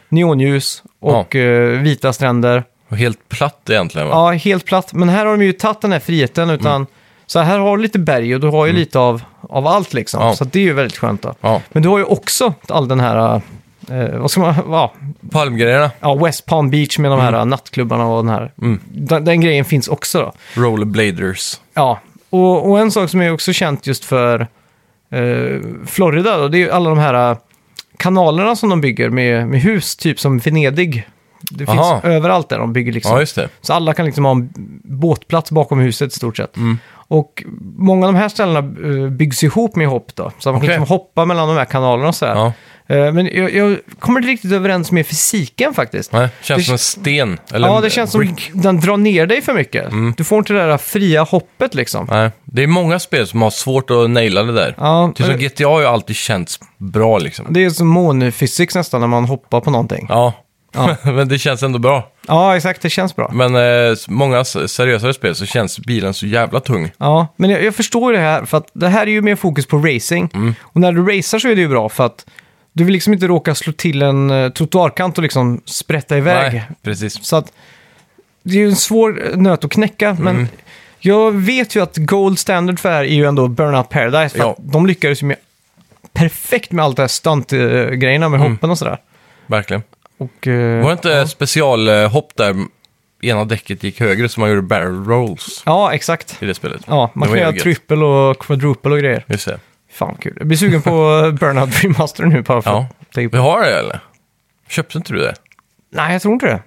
S1: neonljus och eh, vita stränder.
S2: Och Helt platt egentligen va?
S1: Ja, helt platt. Men här har de ju tagit den här friheten utan
S2: Mm.
S1: så här har du lite berg och du har ju lite av, av allt liksom.
S2: Ja.
S1: Så att det är ju väldigt skönt då.
S2: Ja.
S1: Men du har ju också all den här, eh, vad ska man, ja,
S2: Palmgrejerna,
S1: ja, West Palm Beach med de här
S2: Mm.
S1: nattklubbarna och den här. Den, den grejen finns också då.
S2: rollerbladers.
S1: Ja, och, och en sak som är också känt just för eh, Florida då, det är ju alla de här eh, kanalerna som de bygger med, med hus, typ som Venedig. Det finns
S2: Aha.
S1: överallt där de bygger liksom.
S2: Ja, just det.
S1: Så alla kan liksom ha en båtplats bakom huset i stort sett.
S2: Mm.
S1: Och många av de här ställena eh, byggs ihop med hopp då. Så att man kan
S2: Okej.
S1: liksom hoppa mellan de här kanalerna och sådär.
S2: Ja.
S1: Eh, Men jag, jag kommer inte riktigt överens med fysiken faktiskt.
S2: Nej, känns
S1: Det-
S2: som en sten. Eller
S1: ja,
S2: en
S1: det känns
S2: brick.
S1: som
S2: Mm.
S1: den drar ner dig för mycket. Du får inte det där fria hoppet liksom.
S2: Nej, det är många spel som har svårt att naila det där.
S1: Ja,
S2: Typ som
S1: eh,
S2: GTA har ju alltid känts bra liksom.
S1: det är som månfysik nästan när man hoppar på någonting. Ja,
S2: Ja, men det känns ändå bra.
S1: exakt. Det känns bra.
S2: Men eh, många s- seriösare spel så känns bilen så jävla tung.
S1: Ja, men jag, jag förstår ju det här för att det här är ju mer fokus på racing.
S2: Mm.
S1: Och när du racear så är det ju bra för att du vill liksom inte råka slå till en eh, trottoarkant och liksom sprätta iväg.
S2: Nej, precis.
S1: Så att det är ju en svår eh, nöt att knäcka,
S2: Mm.
S1: men jag vet ju att gold standard för det här är ju ändå Burnout Paradise. För
S2: Ja.
S1: att de lyckades ju med perfekt med allt det här stunt-grejerna
S2: Mm.
S1: med hoppen och sådär.
S2: Verkligen.
S1: Och, eh,
S2: Var det inte specialhopp där ena däcket gick högre så man gjorde barrel rolls
S1: Ja, exakt.
S2: i det spelet?
S1: Ja, man
S2: Det var
S1: kan göra
S2: gött.
S1: trippel och quadruple och grejer.
S2: Just det.
S1: Fan kul. Jag blir sugen på eh, Burnout Remaster nu bara för
S2: Ja.
S1: att tänka på-
S2: Vi har det eller? Köpte inte du det?
S1: Nej, jag tror inte det.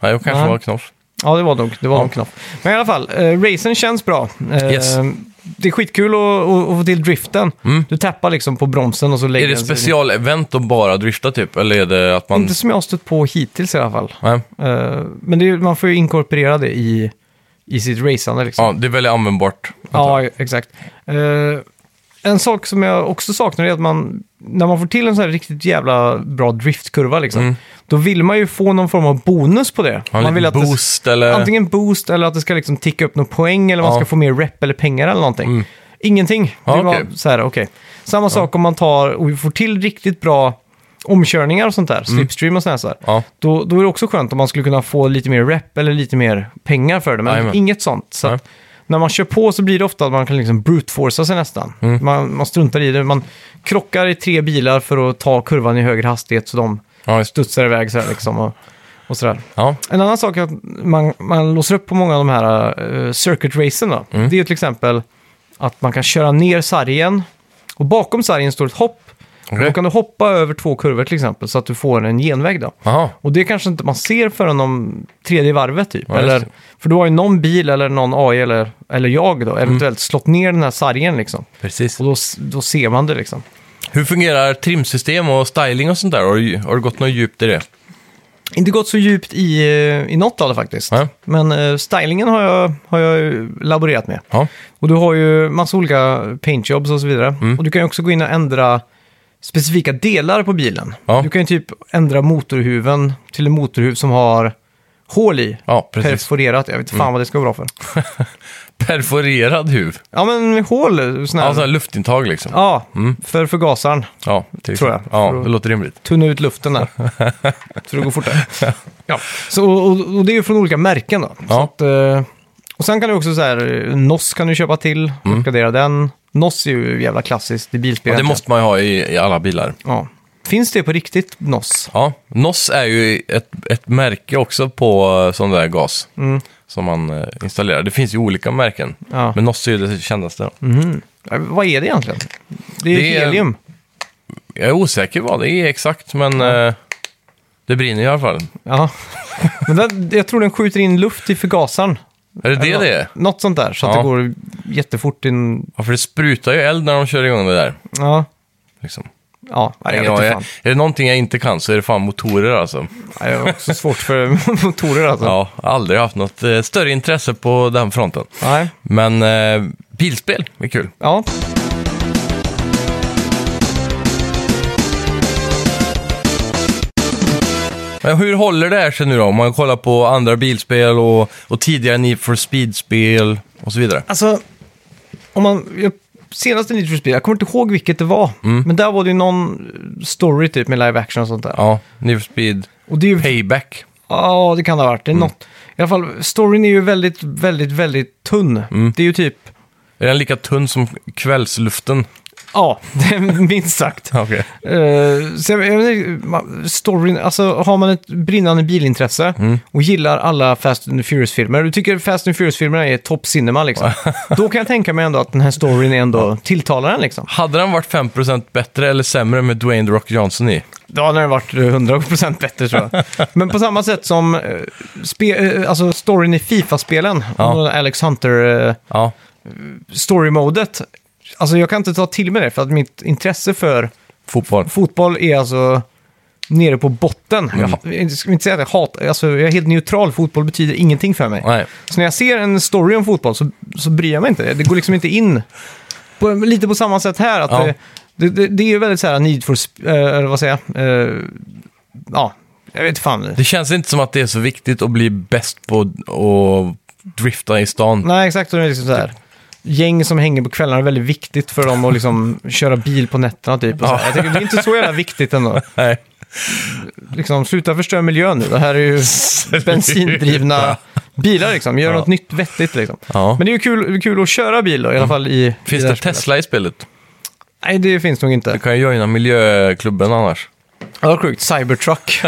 S2: Nej, jag kanske
S1: Nej.
S2: var knoff.
S1: Ja, det var nog, det var nog knappt. Men i alla fall, eh, racen känns bra. Eh,
S2: Yes. Mm.
S1: Det är skitkul att, att, att få till driften. Du tappar liksom på bromsen och så lägger
S2: Är det
S1: den sig-
S2: specialevent att bara drifta typ? Eller är det att man...
S1: Inte som jag har stött på hittills i alla fall.
S2: Nej.
S1: Eh, men det är, ju- man får ju inkorporera det i, i sitt racande liksom.
S2: Ja, det är väldigt användbart.
S1: Ja, exakt. Eh, en sak som jag också saknar är att man, när man får till en sån här riktigt jävla bra driftkurva, liksom,
S2: Mm.
S1: då vill man ju få någon form av bonus på det.
S2: Man,
S1: man vill
S2: vill boost eller...
S1: antingen boost eller att det ska liksom ticka upp några poäng eller man
S2: Ja. Mm.
S1: ska få mer rep eller pengar eller någonting. Ingenting.
S2: Ja,
S1: det var
S2: okej.
S1: så här, okej. Samma sak om man tar och får till riktigt bra omkörningar och sånt där,
S2: Mm.
S1: slipstream och sådär. Så här.
S2: Ja.
S1: Då, då är det också skönt om man skulle kunna få lite mer rep eller lite mer pengar för det, men
S2: Jajamän.
S1: inget sånt. Så att när man kör på så blir det ofta att man kan liksom brute-forca sig nästan.
S2: Mm.
S1: Man, man struntar i det, man krockar i tre bilar för att ta kurvan i högre hastighet så de
S2: Ja, just det.
S1: studsar iväg så här liksom och, och sådär.
S2: Ja.
S1: En annan sak är att man, man låser upp på många av de här uh, circuit-racen. då.
S2: Mm.
S1: Det är ju till exempel att man kan köra ner sargen och bakom sargen står ett hopp.
S2: Okej.
S1: Då kan du hoppa över två kurvor till exempel så att du får en genväg. Då.
S2: Jaha.
S1: Och det kanske inte man ser förrän om tredje varvet typ.
S2: Ja, just
S1: eller,
S2: det.
S1: för då har ju någon bil eller någon AI eller, eller jag
S2: Mm.
S1: då eventuellt slått ner den här sargen liksom.
S2: Precis.
S1: Och då, s- då ser man det liksom.
S2: Hur fungerar trimsystem och styling och sånt där? Har du, har du gått något djupt i det?
S1: Inte gått så djupt i, eh, i något av det faktiskt.
S2: Nej.
S1: Men eh, stylingen har jag, har jag ju laborerat med.
S2: Ja.
S1: Och du har ju massa olika paintjobs och så vidare.
S2: Mm.
S1: Och du kan ju också gå in och ändra specifika delar på bilen.
S2: Ja.
S1: Du kan ju typ ändra motorhuven till en motorhuv som har hål i.
S2: Ja, precis. Mm.
S1: Perforerat, jag vet inte fan vad det ska vara bra för.
S2: Perforerad huv.
S1: Ja men hål, sån här.
S2: Alltså luftintag liksom. Ja,
S1: ja, för förgasaren.
S2: till
S1: Tror
S2: exempel.
S1: jag.
S2: Ja,
S1: För att-
S2: det låter rimligt.
S1: Tunna ut luften där. så det går fortare. ja. så, och, och det är ju från olika märken då. Så
S2: Ja.
S1: att, eh, Och sen kan du också så här, eh, NOS kan du köpa till, uppgradera den. NOS är ju jävla klassiskt i bilspel.
S2: Mm.
S1: egentligen.
S2: Ja, det måste man ju ha i, i alla bilar.
S1: ja. Finns det på riktigt NOS?
S2: Ja, NOS är ju ett, ett märke också på eh, sån där gas som man eh, installerar. Det finns ju olika märken,
S1: Mm. Ja.
S2: men NOS är ju det kändaste. då.
S1: Eh, Vad är det egentligen? Det är
S2: Det är-
S1: helium.
S2: Jag är osäker vad det är exakt, men eh, det brinner i alla fall.
S1: Ja. Men den, jag tror den skjuter in luft i förgasaren.
S2: Är det det
S1: Eller nå-
S2: det är?
S1: Något sånt där, så att
S2: Ja.
S1: det går jättefort in...
S2: Ja, för det sprutar ju eld när de kör igång det där.
S1: Ja,
S2: Liksom.
S1: ja nej, jag
S2: Ingen
S1: vet inte fan.
S2: aning. är det någonting jag inte kan så är det fan motorer alltså.
S1: Nej, Jag har också svårt för motorer alltså.
S2: Ja, aldrig haft något eh, större intresse på den fronten.
S1: Nej.
S2: Men eh, bilspel är kul.
S1: Ja.
S2: Men hur håller det här sig nu då? Om man kollar på andra bilspel och, och tidigare Need for Speed-spel och så vidare.
S1: Alltså, om man... Jag, senaste Need for Speed, jag kommer inte ihåg vilket det var. Men där var det ju någon story typ med live action och sånt där.
S2: Mm. Ja, Need for Speed
S1: Och det är ju...
S2: Payback.
S1: Ja, det kan det ha varit. Det är
S2: Mm.
S1: något... I alla fall, storyn är ju väldigt, väldigt, väldigt tunn.
S2: Mm.
S1: Det är ju typ...
S2: Är den lika tunn som kvällsluften?
S1: Ja, det är minst sagt.
S2: Okej. Okay.
S1: Eh, så jag, jag, vet inte, man- storyn, alltså har man ett brinnande bilintresse och gillar alla Fast and Furious-filmer, du tycker Fast and Furious-filmerna är top cinema liksom, då kan jag tänka mig ändå att den här storyn är ändå tilltalar en liksom.
S2: Hade den varit 5% bättre eller sämre med Dwayne The Rock Johnson i?
S1: Då hade den varit eh, 100% bättre tror jag. Men på samma sätt som eh, spe, eh, alltså storyn i Fifa-spelen,
S2: Ja.
S1: Alex Hunter eh,
S2: Ja.
S1: story-modet, alltså jag kan inte ta till mig det för att mitt intresse för
S2: Fotboll.
S1: fotboll är alltså nere på botten. Jag, ha- jag ska inte säga att jag hatar, alltså jag är helt neutral, fotboll betyder ingenting för mig.
S2: Nej.
S1: Så när jag ser en story om fotboll så, så bryr jag mig inte. Det går liksom inte in. På, lite på samma sätt här, att
S2: Ja.
S1: det, det, det, det är ju väldigt så här need for, sp- eh, eller vad säger jag? Eh, ja, jag vet fan.
S2: Det känns inte som att det är så viktigt att bli bäst på att drifta i stan.
S1: Nej, exakt. Och det är liksom så här. Gäng som hänger på kvällarna är väldigt viktigt för dem att liksom köra bil på nätterna typ. Och så här. Jag tänker, det är inte så jävla viktigt ändå.
S2: Nej.
S1: liksom, sluta förstöra miljön nu. Det här är ju bensindrivna bilar liksom. Gör något nytt vettigt liksom.
S2: Ja. Mm.
S1: Men det är ju kul, kul att köra bil då, i alla fall i... i
S2: Finns
S1: här
S2: det
S1: spelet.
S2: Tesla i spelet?
S1: Nej, det finns nog inte.
S2: Du kan ju joina miljöklubben annars.
S1: Ja, vad sjukt. Cybertruck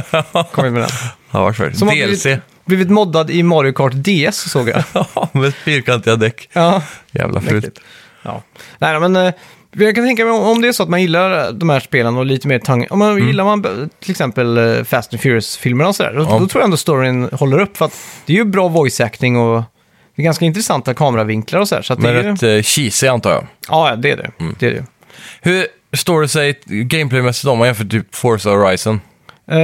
S1: kom in med den.
S2: Ja, varför?
S1: Som har
S2: DLC.
S1: blivit, blivit moddad i Mario Kart DS såg jag.
S2: Ja, med fyrkantiga däck.
S1: Ja,
S2: Jävla fult.
S1: mäktigt. Ja. Nej, men... eh, Jag kan tänka mig om- om det är så att man gillar de här spelen och lite mer tang... Om man
S2: Mm.
S1: gillar man eh, till exempel eh, Fast and Furious-filmerna och sådär, då,
S2: Ja.
S1: då tror jag ändå storyn håller upp. För att det är ju bra voice acting och det är ganska intressanta kameravinklar och sådär. Så att det
S2: Men Mm.
S1: är ju...
S2: rätt eh, cheesy antar jag.
S1: Ja, ja, det är det. det, är det.
S2: Hur står det sig gameplaymässigt om man jämför typ Forza Horizon?
S1: Eh, det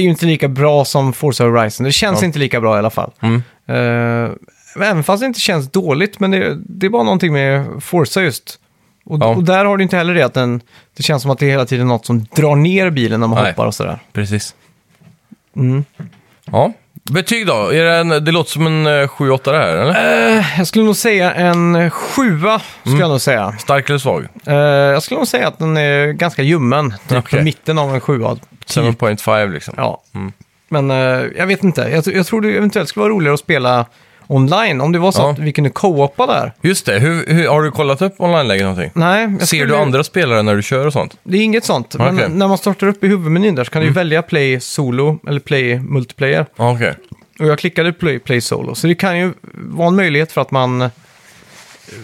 S1: är ju inte lika bra som Forza Horizon. Det känns
S2: Ja.
S1: inte lika bra i alla fall.
S2: Mm.
S1: Eh, men även fast det inte känns dåligt, men det, det är bara någonting med Forza just. Och,
S2: Ja.
S1: och där har du inte heller det att den, det känns som att det är hela tiden något som drar ner bilen när man
S2: Nej.
S1: hoppar och sådär.
S2: Precis.
S1: Mm.
S2: Ja. Betyg då? Är det, en, det låter som en eh, 7-8 det här, eller?
S1: Eh, jag skulle nog säga en sjua, skulle
S2: Mm.
S1: jag nog säga.
S2: Stark eller svag?
S1: Eh, jag skulle nog säga att den är ganska ljummen, typ
S2: Okej.
S1: på mitten av en sjua.
S2: 7.5 liksom.
S1: Ja. Men eh, jag vet inte. Jag, jag tror det eventuellt skulle vara roligare att spela online. Om det var så
S2: Ja.
S1: att vi kunde co-opa där.
S2: Just det. Hur, hur, har du kollat upp online-läget någonting?
S1: Nej, jag
S2: Ser
S1: skulle-
S2: du andra spelare när du kör och sånt?
S1: Det är inget sånt. Men
S2: Okej. Mm.
S1: när man startar upp i huvudmenyn där så kan du ju välja play solo eller play multiplayer.
S2: Ja, Okej.
S1: Och jag klickade play, play solo. Så det kan ju vara en möjlighet för att man eh,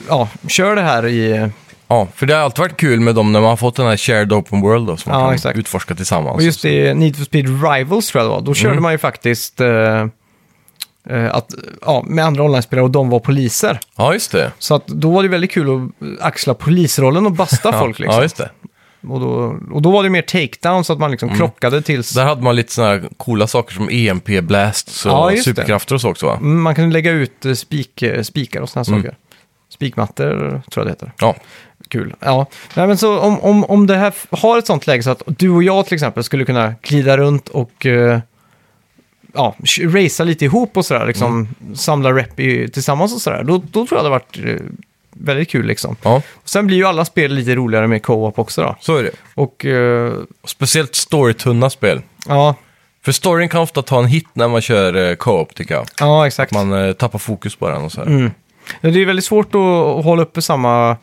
S1: ja, kör det här i...
S2: Ja, för det har alltid varit kul med dem när man har fått den här shared open world då, som man
S1: Ja,
S2: kan
S1: exakt.
S2: utforska tillsammans.
S1: Och just i Need for Speed Rivals tror jag det var. Då körde
S2: Mm.
S1: man ju faktiskt eh, eh, att, ja, med andra online-spelare och de var poliser.
S2: Ja, just det.
S1: Så att då var det väldigt kul att axla polisrollen och basta
S2: Ja,
S1: folk. Liksom.
S2: ja, just det.
S1: och, då, och då var det mer takedown så att man
S2: Mm.
S1: liksom krockade tills
S2: Där hade man lite sådana här coola saker som E EMP-blast och
S1: Ja, just det.
S2: superkrafter och så också va?
S1: Mm, man kunde lägga ut eh, spik, eh, spikar och såna här saker. Spikmattor tror jag det heter.
S2: Ja,
S1: Kul. Ja. Nej, men så om, om, om det här f- har ett sånt läge så att du och jag till exempel skulle kunna glida runt och eh, ja, sh- racea lite ihop och sådär, liksom samla rep i, tillsammans och sådär, då, då tror jag det hade varit eh, väldigt kul liksom.
S2: ja,
S1: Och sen blir ju alla spel lite roligare med co-op också då.
S2: så är det.
S1: Och eh,
S2: Speciellt storytunna spel.
S1: ja,
S2: För storyn kan ofta ta en hit när man kör eh, co-op tycker jag.
S1: Ja, exakt.
S2: Man eh, tappar fokus på den och så här.
S1: Mm. Ja, Det är väldigt svårt att hålla uppe samma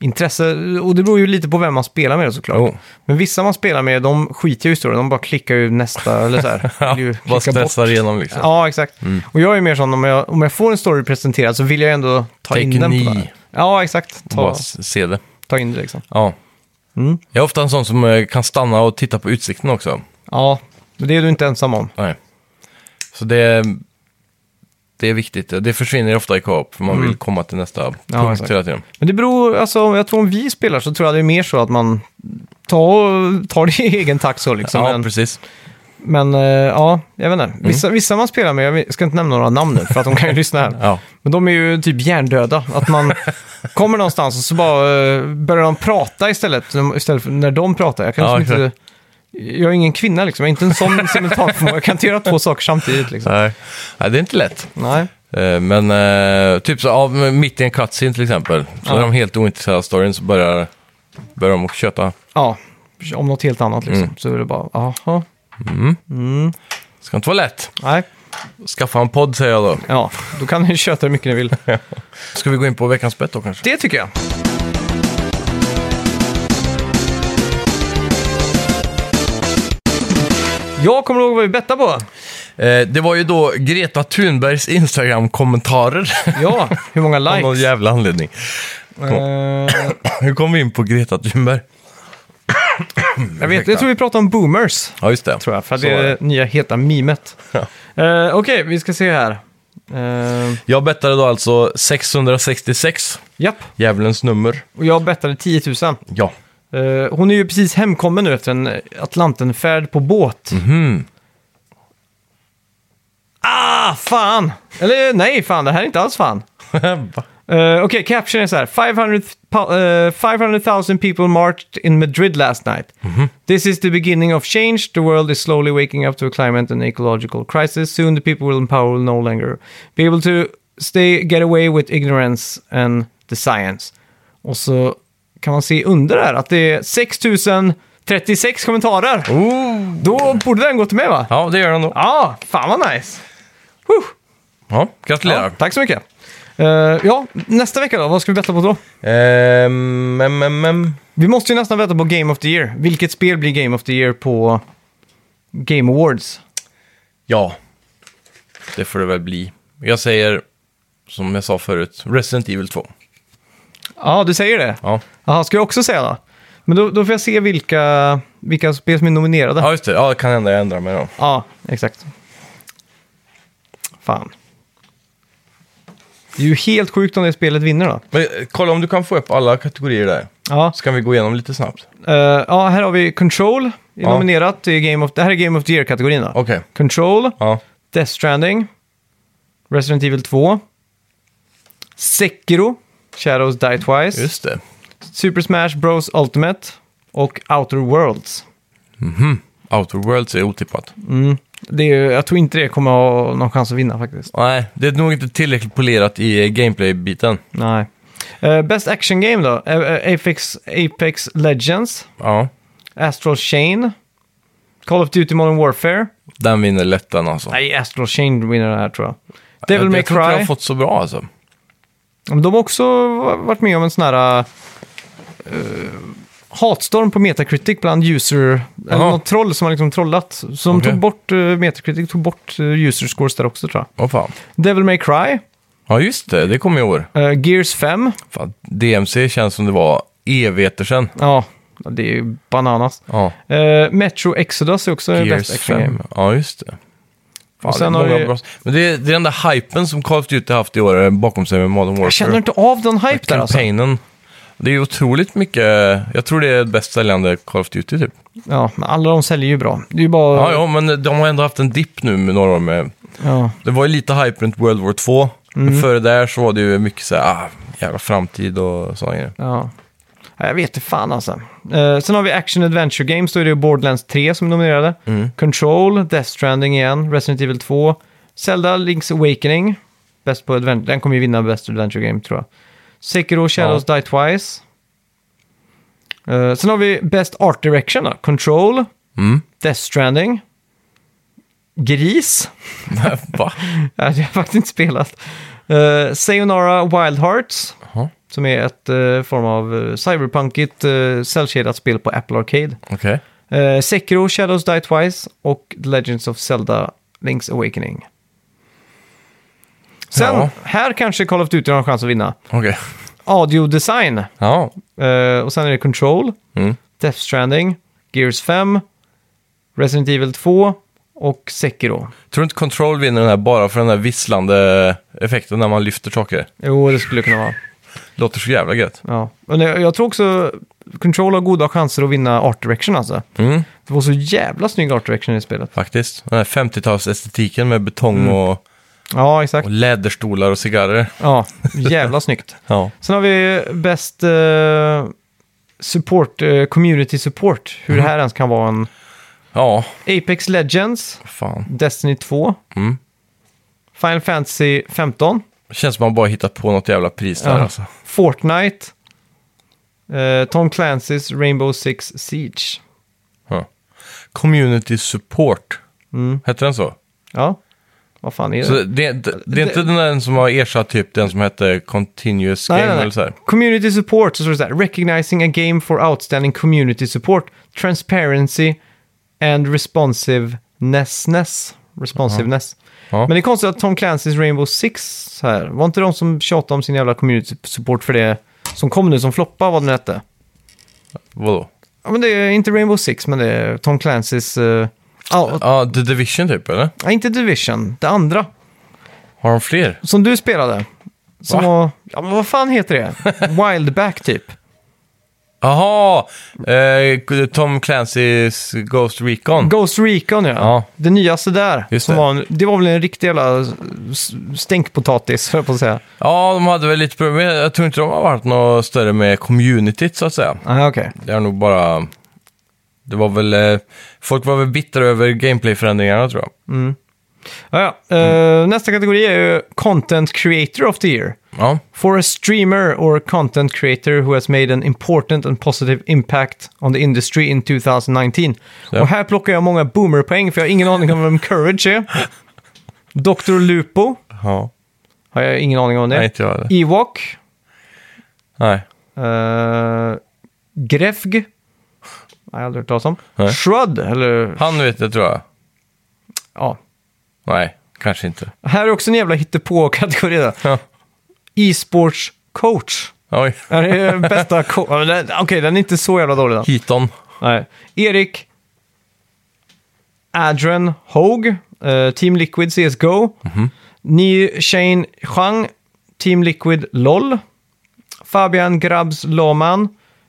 S1: intresse och det beror ju lite på vem man spelar med såklart.
S2: Jo.
S1: Men vissa man spelar med, de skiter ju i storyn, de bara klickar ju nästa eller så här. Vill ju
S2: Bara
S1: klicka bort.
S2: stressar igenom liksom.
S1: Ja, exakt. Och jag är mer sån, om jag, om jag får en story presenterad så vill jag ändå ta
S2: Take
S1: in den
S2: knee.
S1: på det här. Ja, exakt.
S2: Bara
S1: Ta,
S2: s- se det.
S1: ta in det liksom.
S2: Ja.
S1: Mm.
S2: Jag är ofta en sån som eh, kan stanna och titta på utsikten också.
S1: Ja, men det är du inte ensam om.
S2: Nej. Så det, det är viktigt. Det försvinner ofta i co-op, för man vill komma till nästa
S1: Mm. Ja,
S2: punkt
S1: exakt.
S2: hela tiden.
S1: Men det beror, alltså jag tror om vi spelar så tror jag det är mer så att man tar, tar det i egen takt så liksom.
S2: ja,
S1: men,
S2: precis.
S1: men eh, ja, jag vet
S2: Mm.
S1: inte. Vissa, vissa man spelar med, jag ska inte nämna några namn nu för att de kan ju lyssna här.
S2: Ja.
S1: Men de är ju typ hjärndöda. Att man kommer någonstans och så bara eh, börjar de prata istället. Istället för när de pratar. Jag kan
S2: Ja,
S1: liksom inte... Jag är ingen kvinna liksom. Jag är inte en sån simultanförmåga. Jag kan inte göra två saker samtidigt liksom.
S2: Nej. Nej, det är inte lätt.
S1: Nej.
S2: Eh, Men eh, typ så av, mitt i en cutscene till exempel, så
S1: Ja.
S2: är de helt ointresserade av storyn så börjar, börjar de också köta.
S1: Ja, om något helt annat liksom.
S2: Mm.
S1: Så är det bara, jaha.
S2: Ska inte vara lätt.
S1: Nej.
S2: Skaffa en podd säger jag då.
S1: Ja, då kan ni köta hur mycket ni vill.
S2: Ska vi gå in på veckans bett då kanske?
S1: Det tycker jag. Jag kommer ihåg vad vi bettade på.
S2: Eh, det var ju då Greta Thunbergs Instagram-kommentarer.
S1: Ja, hur många
S2: Av någon
S1: likes?
S2: jävla anledning.
S1: Eh,
S2: Hur kom vi in på Greta Thunberg?
S1: Jag, vet,
S2: Ursäkta.
S1: jag tror vi pratade om boomers.
S2: Ja, just det.
S1: Tror jag, för att
S2: Så
S1: det
S2: var
S1: är det nya heta mimet.
S2: Ja.
S1: Eh, Okej, vi ska se här. Eh,
S2: Jag bettade då alltså 666,
S1: japp,
S2: djävulens nummer.
S1: och jag bettade 10 000.
S2: Ja.
S1: Eh, hon är ju precis hemkommen nu efter en Atlantenfärd på båt.
S2: Mhm.
S1: Ah, fan! Eller nej, fan, det här är inte alls fan.
S2: Va?
S1: Eh, Okej, caption är så här. 500 pa- eh, 500,000 people marched in Madrid last night. This is the beginning of change. The world is slowly waking up to a climate and ecological crisis. Soon the people will in power will no longer be able to stay, get away with ignorance and the science. Och så kan man se under där att det är 6036 kommentarer.
S2: Oh.
S1: Då borde den gått med va? Ja,
S2: Ja, det gör den då.
S1: fan vad nice.
S2: Ja,
S1: Ja,
S2: gratulerar.
S1: tack så mycket. Eh, ja, nästa vecka då, vad ska vi betta på då?
S2: Ehm, mm, mm, mm.
S1: Vi måste ju nästan veta på Game of the Year. Vilket spel blir Game of the Year på Game Awards?
S2: Ja, det får det väl bli. Jag säger, som jag sa förut, Resident Evil 2.
S1: Ja, du säger det?
S2: Ja,
S1: Jaha, ska jag också säga då? Men då, då får jag se vilka, vilka spel som är nominerade. Ja,
S2: ja just det. Ja, det kan hända jag ändrar mig då.
S1: exakt. Fan. Det är ju helt sjukt om det spelet vinner då.
S2: Men eh, kolla om du kan få upp alla kategorier där.
S1: Ja,
S2: Så kan vi gå igenom lite snabbt.
S1: eh, ja här har vi Control. Är
S2: Ja.
S1: nominerat. Det, är Game of, det här är Game of the Year-kategorin då.
S2: Okej.
S1: Control,
S2: Ja.
S1: Death Stranding, Resident Evil 2, Sekiro, Shadows Die Twice,
S2: Just det.
S1: Super Smash Bros Ultimate och Outer Worlds.
S2: Outer Worlds är otippat.
S1: Det är, ju- jag tror inte det kommer ha någon chans att vinna faktiskt.
S2: Nej, det är nog inte tillräckligt polerat i eh, gameplay-biten.
S1: Nej. Eh, best Action Game då? Eh, eh, Apex, Apex Legends,
S2: Ja,
S1: Astral Chain, Call of Duty Modern Warfare.
S2: den vinner lätt den alltså.
S1: Nej, Astral Chain vinner det här tror jag.
S2: jag,
S1: Devil
S2: jag
S1: May
S2: tror inte jag har
S1: Cry.
S2: fått så bra alltså.
S1: De har också varit med om en sån här eh, hatstorm på Metacritic bland user, eller
S2: Jaha.
S1: något troll som har liksom trollat. Så de
S2: Okej.
S1: tog bort, eh, Metacritic tog bort eh, user scores där också tror jag.
S2: Åh fan.
S1: Devil May Cry,
S2: Ja, just det. Det kom i år.
S1: eh, Gears 5,
S2: Fan, DMC känns som det var evigheter sedan.
S1: ja, det är ju bananas.
S2: Ja.
S1: Eh, Metro Exodus är också bäst
S2: Gears
S1: action
S2: 5.
S1: game.
S2: Ja, just det. Fan,
S1: Och sen
S2: det är
S1: har
S2: många
S1: vi-
S2: bra... Men det är, det är den där hypen som Call of Duty haft i år eh, bakom sig med Modern Warfare.
S1: Jag känner inte av den hype där alltså.
S2: Campaignen. Det är ju otroligt mycket... Jag tror det är bäst säljande Call of Duty typ.
S1: Ja, men alla de säljer ju bra. Det är ju bara...
S2: Ja, ja, men de har ändå haft en dipp nu med några år med...
S1: Ja.
S2: Det var ju lite hype runt World War 2. Men före där så var det ju mycket så här, ah, jävla framtid och sådana grejer.
S1: Ja. Ja, Jag vet inte fan alltså. Eh, sen har vi Action Adventure Games, då är det ju Borderlands 3 som är nominerade. Control, Death Stranding igen, Resident Evil 2, Zelda Link's Awakening, bäst på advent- den kommer ju vinna Best Adventure Game tror jag. Sekiro Shadows Die Twice. Eh, sen har vi Best Art Direction då, Control,
S2: Mm.
S1: Death Stranding, Gris.
S2: Va?
S1: Ja, det har jag faktiskt inte spelat. Eh, Sayonara Wild Hearts,
S2: Jaha,
S1: som är ett eh, form av uh, cyberpunkigt uh, cellkedjat spel på Apple Arcade.
S2: okej.
S1: Eh, Sekiro, Shadows Die Twice och The Legends of Zelda Link's Awakening. Sen,
S2: Ja.
S1: här kanske Call of Duty har en chans att vinna.
S2: Okej.
S1: Audio Design.
S2: Ja.
S1: Eh, och sen är det Control,
S2: Mm.
S1: Death Stranding, Gears 5, Resident Evil 2 och Sekiro.
S2: Tror du inte Control vinner den här bara för den här visslande effekten när man lyfter saker?
S1: Jo, det skulle kunna vara.
S2: Låter så jävla gött.
S1: Ja. Men jag, jag tror också Control har goda chanser att vinna Art Direction alltså.
S2: Mm,
S1: Det var så jävla snygg Art Direction i spelet.
S2: faktiskt. Den här 50-talsestetiken med betong och,
S1: Ja, exakt.
S2: och läderstolar och cigarrer.
S1: Ja, jävla snyggt.
S2: Ja.
S1: Sen har vi bäst eh, support, eh, community support.
S2: Mhm.
S1: Hur det här ens kan vara en
S2: Ja,
S1: Apex Legends,
S2: fan.
S1: Destiny 2,
S2: Mm.
S1: Final Fantasy 15,
S2: Känns som man bara hittat på något jävla pris där
S1: Ja.
S2: alltså.
S1: Fortnite, eh, Tom Clancys Rainbow Six Siege.
S2: Ja. Community support. Hette den så?
S1: Ja, vad fan är det?
S2: Så det, det, det är inte
S1: Det-
S2: den där som har ersatt typ den som hette Continuous Game eller så här?
S1: Community support, så står det så här. Recognizing a game for outstanding community support, transparency and responsiveness. Responsiveness.
S2: Ja.
S1: Men det är konstigt att Tom Clancys Rainbow Six så här, var inte de som tjatade om sin jävla community support för det som kom nu, som floppa vad den hette?
S2: Vadå?
S1: Ja, men det är inte Rainbow Six, men det är Tom Clancys... eh, ja,
S2: Ja, The Division typ eller?
S1: nej, inte Division, det andra.
S2: Har de fler?
S1: Som du spelade. Som var, ja, men vad fan heter det? Wildback typ.
S2: Jaha! Eh, Tom Clancys Ghost Recon.
S1: Ghost Recon ja.
S2: Ja.
S1: Det nyaste där.
S2: Just
S1: som
S2: det.
S1: Var en, det var väl en riktig jävla s- stänkpotatis, höll jag på att säga.
S2: ja, de hade väl lite problem. Jag tror inte de har varit något större med communityt så att säga.
S1: Ah, okej.
S2: Det är nog bara... Det var väl... Eh, folk var väl bittra över gameplay-förändringarna tror jag.
S1: Ja, ja. Eh, nästa kategori är ju Content Creator of the Year.
S2: Ja,
S1: For a streamer or content creator who has made an important and positive impact on the industry in 2019.
S2: Ja.
S1: Och här plockar jag många boomerpoäng för jag har ingen aning om vem Courage är. Dr. Lupo
S2: ja.
S1: har jag ingen aning om det.
S2: Nej, inte jag heller.
S1: Ewok.
S2: Nej.
S1: Uh, Grefg. Nej, jag har aldrig hört talas om.
S2: Nej.
S1: Shrud, eller...
S2: Han vet det tror jag.
S1: Ja.
S2: Nej, kanske inte.
S1: Här är också en jävla hittepå-kategori. där.
S2: Ja.
S1: E-sports coach.
S2: Oj.
S1: Ja, det är bästa co- Ja, men den- Okej, den är inte så jävla dålig. Då.
S2: Hiton.
S1: Nej. Erik. Adrian Hogue. eh, Team Liquid CSGO. Ni Shane Chang. Team Liquid LOL. Fabian Grabs Laman.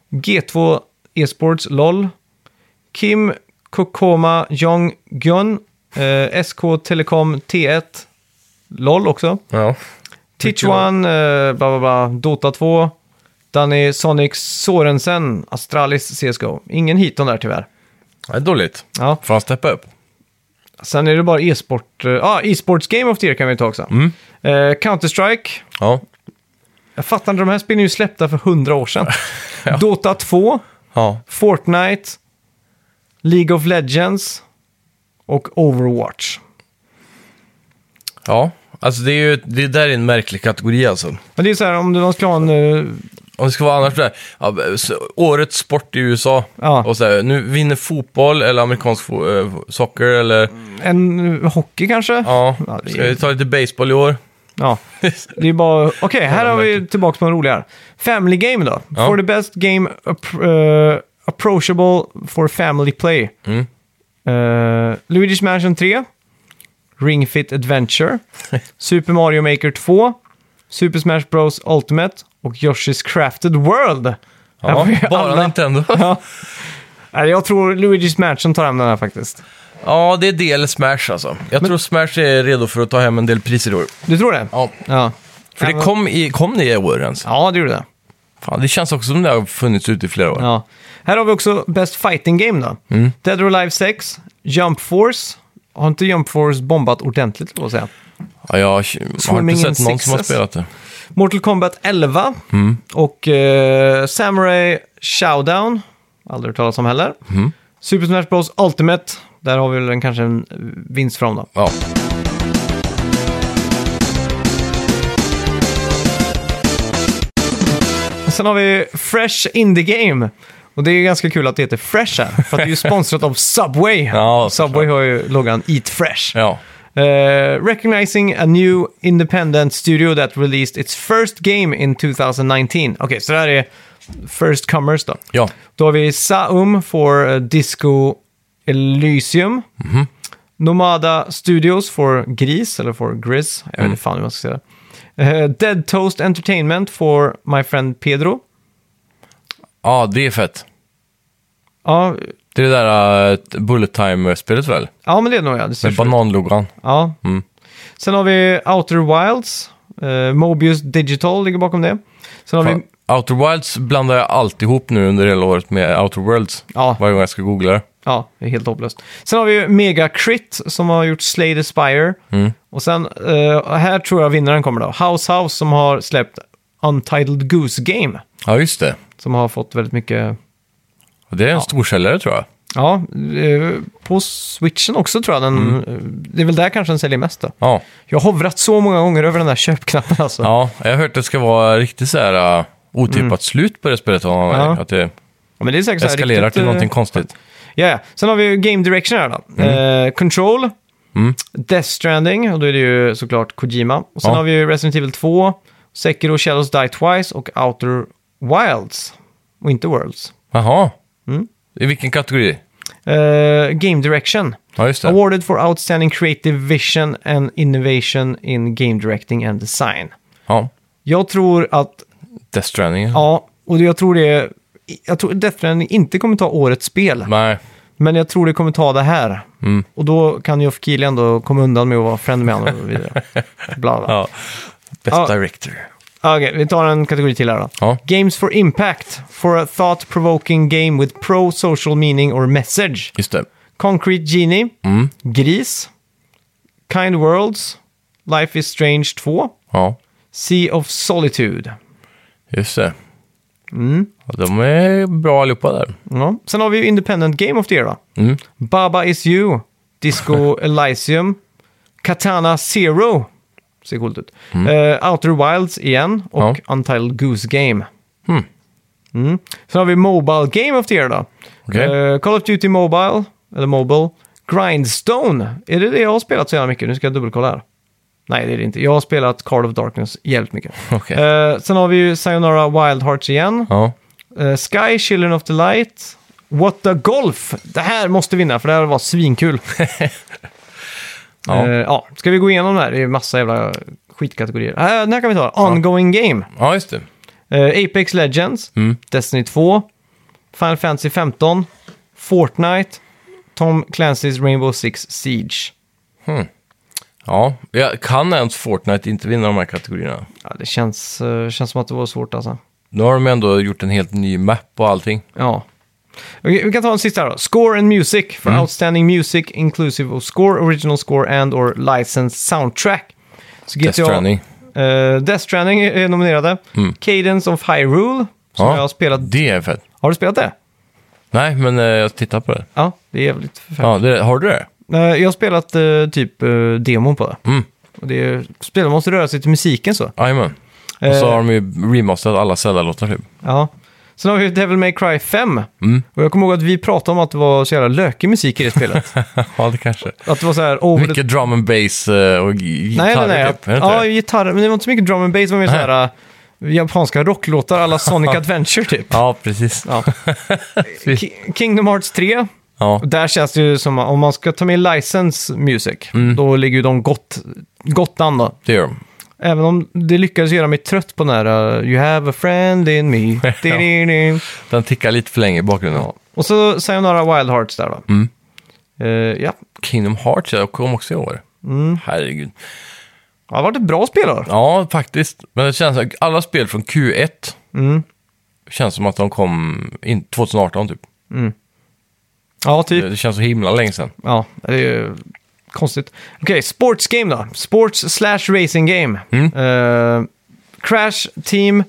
S1: G2 Esports LOL. Kim Kokoma Jong Gun. eh, SK Telekom T1. LOL också.
S2: Ja.
S1: Tichuan, eh, bla bla bla, Dota 2, Danny Sonic Sorensen, Astralis CSGO. Ingen hiton där tyvärr.
S2: Det är dåligt.
S1: Ja.
S2: Får han steppa upp?
S1: Sen är det bara e-sport, eh, ah, e-sports Game of the Year kan vi ta också. Eh, Counter-Strike,
S2: Ja.
S1: jag fattar inte, de här spelen är ju släppta för hundra år sedan. Dota 2,
S2: Ja.
S1: Fortnite, League of Legends och Overwatch.
S2: Ja. Alltså det är ju... Det där är en märklig kategori alltså.
S1: Men det är så här, om de skulle ha en... eh,
S2: Om det ska vara annars där. Ja, så- årets sport i USA.
S1: Ja.
S2: Och så här, nu vinner fotboll eller amerikansk fo- eh, soccer eller...
S1: en eh, hockey kanske?
S2: Ja.
S1: Ja, det är-
S2: Ska vi ta lite baseball i år?
S1: Ja, det är bara... Okej, här har vi tillbaka på en rolig här. Family Game då.
S2: Ja.
S1: For the best game appro- eh, approachable for family play.
S2: Mm.
S1: Eh, Luigi's Mansion 3. Ring Fit Adventure. Super Mario Maker 2. Super Smash Bros Ultimate. Och Yoshi's Crafted World. Här
S2: Ja,
S1: får ju
S2: bara
S1: alla-
S2: Nintendo.
S1: Ja. Nej, Jag tror Luigi's Mansion tar hem den här faktiskt.
S2: Ja, det är det eller Smash alltså. Jag tror Smash är redo för att ta hem en del priser i år.
S1: Du tror det?
S2: Ja.
S1: Ja,
S2: För det
S1: Ja, men-
S2: kom, i, kom det i år ens?
S1: ja det gjorde det.
S2: Fan, det känns också som det har funnits ute i flera år.
S1: Ja. Här har vi också Best Fighting Game då. Dead or Alive 6, Jump Force. Har inte Jump Force bombat ordentligt, låt säga.
S2: Ja, jag har
S1: Swarming
S2: inte sett någon som har
S1: Sixes.
S2: spelat det.
S1: Mortal Kombat 11
S2: Mm.
S1: och eh,
S2: Mm.
S1: Samurai Showdown. Aldrig hört talas om heller. Super Smash Bros Ultimate, där har vi väl en, kanske en eh, vinst för dem då.
S2: Ja.
S1: Och Sen har vi Fresh Indie Game. Och det är ju ganska kul att det heter Fresh här, för att det är ju sponsrat av Subway.
S2: Ja,
S1: Subway har ju loggan Eat Fresh.
S2: ja.
S1: Eh, recognizing a new independent studio that released its first game in 2019. Okej, så det här är First Comers då.
S2: Ja.
S1: Då har vi Saum for eh, Disco Elysium. Nomada Studios for Gris, eller for Gris. Jag vet inte fan hur man ska säga det. Eh, Dead Toast Entertainment for My Friend Pedro.
S2: ja, det är fett.
S1: Ja,
S2: Det är det där eh, Bullet Time-spelet väl?
S1: ja men det är nog jag. Det ser
S2: Med
S1: så ut.
S2: bananlogan.
S1: ja. Sen har vi Outer Wilds. Eh, Mobius Digital ligger bakom det. Sen har vi...
S2: Fan, Outer Wilds blandar jag alltid ihop nu under hela året med Outer Worlds.
S1: Ja.
S2: Varje gång jag ska googla det.
S1: Ja, det är helt hopplöst. Sen har vi ju Mega Crit som har gjort Slay the Spire.
S2: Mm.
S1: Och sen, eh, här tror jag vinnaren kommer då. House House som har släppt Untitled Goose Game.
S2: Ja, just det.
S1: Som har fått väldigt mycket,
S2: Och Det är en storsäljare tror jag.
S1: ja, eh, på switchen också tror jag den,
S2: Mm.
S1: eh, det är väl där kanske den säljer mest då.
S2: Ja.
S1: Jag har hovrat så många gånger över den där köpknappen alltså.
S2: ja, jag har hört att det ska vara riktigt så här uh, otippat slut på det spelet. av någon
S1: Mm. Ja.
S2: anledning. Att det
S1: Ja, Men det är säkert så här
S2: eskalerar
S1: riktigt,
S2: till
S1: eh,
S2: någonting konstigt.
S1: Ja, ja. Sen har vi ju Game Direction här då.
S2: Mm.
S1: Eh, Control, Death Stranding, och då är det ju såklart Kojima. Och sen
S2: Ja.
S1: har vi ju Resident Evil 2, Sekiro Shadows Die Twice och Outer Wilds. Och inte Worlds.
S2: Jaha.
S1: Mm.
S2: I vilken kategori?
S1: Eh, game Direction.
S2: Ja, just det.
S1: Awarded for Outstanding Creative Vision and Innovation in Game Directing and Design.
S2: Ja.
S1: Jag tror att,
S2: Death Stranding.
S1: ja, och jag tror det, jag tror Death Stranding inte kommer ta årets spel.
S2: Nej.
S1: Men jag tror det kommer ta det här.
S2: Mm.
S1: Och då kan Geoff Keighley ändå komma undan med att vara friend med honom och vidare. Bla bla.
S2: Ja. Best
S1: Ja.
S2: Director.
S1: Ja. Okej, vi tar en kategori till här då.
S2: Ja.
S1: Games for impact. For a thought provoking game with pro social meaning or message.
S2: Just det.
S1: Concrete Genie.
S2: Mm.
S1: Gris. Kind Worlds. Life is Strange 2.
S2: Ja,
S1: Sea of Solitude.
S2: just det. Ja, de är bra allihopa där.
S1: Ja. Sen har vi ju Independent Game of the Year då.
S2: Mm.
S1: Baba is you. Disco Elysium. Katana Zero. Ser coolt ut.
S2: Mm.
S1: Eh, Outer Wilds igen. Och Untitled Goose Game. Mm. Sen har vi Mobile Game of the Year då.
S2: Okej.
S1: Eh, Call of Duty Mobile. Eller Mobile. Grindstone. Är det det jag har spelat så jävla mycket? Nu ska jag dubbelkolla här. Nej, det är det inte. Jag har spelat Call of Darkness jävligt mycket.
S2: Okej.
S1: Eh, sen har vi ju Sayonara Wild Hearts igen.
S2: Ja.
S1: Eh, Sky, Children of the Light. What the Golf! Det här måste vinna, för det här var svinkul.
S2: Ja.
S1: ja. ja. Ska vi gå igenom det här? Det är ju massa jävla skitkategorier. Eh, den här kan vi ta. Ongoing Game.
S2: ja, just det.
S1: Eh, Apex Legends. Destiny 2. Final Fantasy 15. Fortnite. Tom Clancy's Rainbow Six Siege.
S2: Ja, jag kan ens Fortnite inte vinna de här kategorierna?
S1: Ja, det känns, eh, känns som att det var svårt alltså.
S2: Nu har de ändå gjort en helt ny map och allting.
S1: Ja. Okej, Vi kan ta en sista här då. Score and Music for
S2: Mm.
S1: Outstanding Music Inclusive of Score, Original Score and or Licensed Soundtrack. Så
S2: Death Stranding. Mm.
S1: Eh, Death Stranding är nominerade. Cadence of Hyrule, som
S2: Ja.
S1: jag har spelat.
S2: Det är fett.
S1: Har du spelat det?
S2: Nej, men eh, jag tittar på det.
S1: Ja, det är jävligt förfärligt.
S2: Ja, det har du det?
S1: Eh, jag har spelat eh, typ eh, demon på det.
S2: Mm.
S1: Och det är, spelar måste röra sig till musiken så.
S2: Jajamän. Och så har de ju remasterat alla Zelda-låtar typ.
S1: Ja. Sen har vi Devil May Cry 5.
S2: Mm.
S1: Och jag kommer ihåg att vi pratade om att det var så jävla lökig musik i det spelet.
S2: ja, det kanske.
S1: att det var så här... Oh, det-
S2: Mycket drum and bass eh, och gi-
S1: Nej, nej,
S2: gitarrer
S1: nej.
S2: typ. Är det inte
S1: ja,
S2: det?
S1: gitarr. Men det var inte så mycket drum and bass, det var mer så här äh, japanska rocklåtar alla Sonic Adventure typ.
S2: ja, precis.
S1: Ja. Ki- Kingdom Hearts 3,
S2: Ja.
S1: och där känns det ju som att om man ska ta med license music,
S2: Mm.
S1: då ligger ju de gott, gott an då.
S2: det gör de.
S1: Även om det lyckades göra mig trött på den här äh, You have a friend in me. Di-di-di.
S2: Den tickar lite för länge i bakgrunden.
S1: ja. Och så Sayonara Wild Hearts där va?
S2: Mm.
S1: Eh, ja.
S2: Kingdom Hearts, jag kom också i år. Herregud.
S1: det har varit ett bra spel då.
S2: Ja, faktiskt. Men det känns som alla spel från Q1 känns som att de kom in 2018 typ.
S1: Ja, typ.
S2: Det känns så himla länge sedan.
S1: Ja, det är ju konstigt. Okej, sports game då. Sports slash racing game.
S2: Mm.
S1: Eh, Crash Team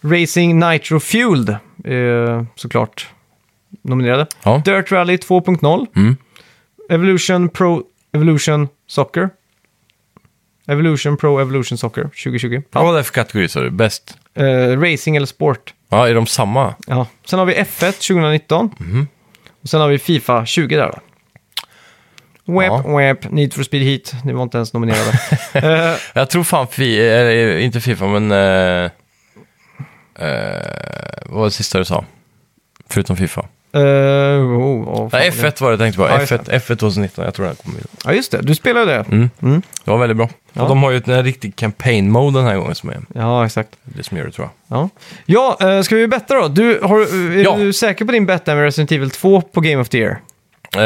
S1: Racing Nitro Fueled. eh, såklart nominerade.
S2: Ja. Mm.
S1: Dirt Rally 2.0. Evolution Pro Evolution Soccer. Evolution Pro Evolution Soccer 2020.
S2: Ja, vad är det för kategori sa du? Bäst?
S1: Eh, racing eller sport.
S2: Ja, är de samma?
S1: Ja. Sen har vi F1 2019.
S2: Mhm.
S1: Och sen har vi Fifa 20 där då. Wep,
S2: Ja.
S1: wep, Need for Speed Heat. Ni var inte ens nominerade. Eh,
S2: Jag tror fan Fi, eller, inte Fifa, men... Eh, eh, vad var det sista du sa? Förutom Fifa.
S1: eh, oh, oh, fan.
S2: Nej, F1 var det jag tänkte på.
S1: Ja, just
S2: F1, F1 2019, jag tror den kommer vidare.
S1: Ja, just det. Du spelar ju det.
S2: Mm. Det var väldigt bra.
S1: Ja.
S2: Och de har ju ett- en riktig campaign-mode den här gången som är
S1: Ja, exakt.
S2: det som gör det tror jag.
S1: Ja, ja eh, ska vi betta då? Du, har, eh, är
S2: Ja.
S1: du säker på din betta med Resident Evil 2 på Game of the Year?
S2: Eh,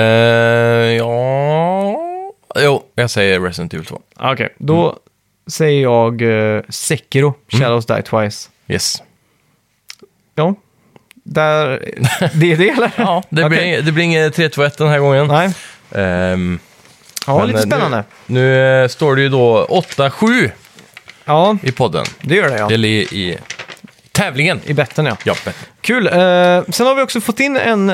S2: ja... Jo, jag säger Resident Evil 2.
S1: Okej, då
S2: Mm.
S1: säger jag eh, Sekiro, Shadows Die Twice.
S2: Yes.
S1: Ja, där, det är det eller?
S2: Ja, det,
S1: Okej.
S2: blir, inget- det blir inget 3-2-1 den här gången.
S1: Nej,
S2: Ehm,
S1: ja,
S2: men,
S1: lite
S2: eh,
S1: spännande.
S2: Nu, nu eh, står det ju då 8-7
S1: Ja,
S2: i podden.
S1: det gör det ja.
S2: Eller i, i tävlingen.
S1: I betten ja.
S2: Ja, men-
S1: Kul. Eh, sen har vi också fått in en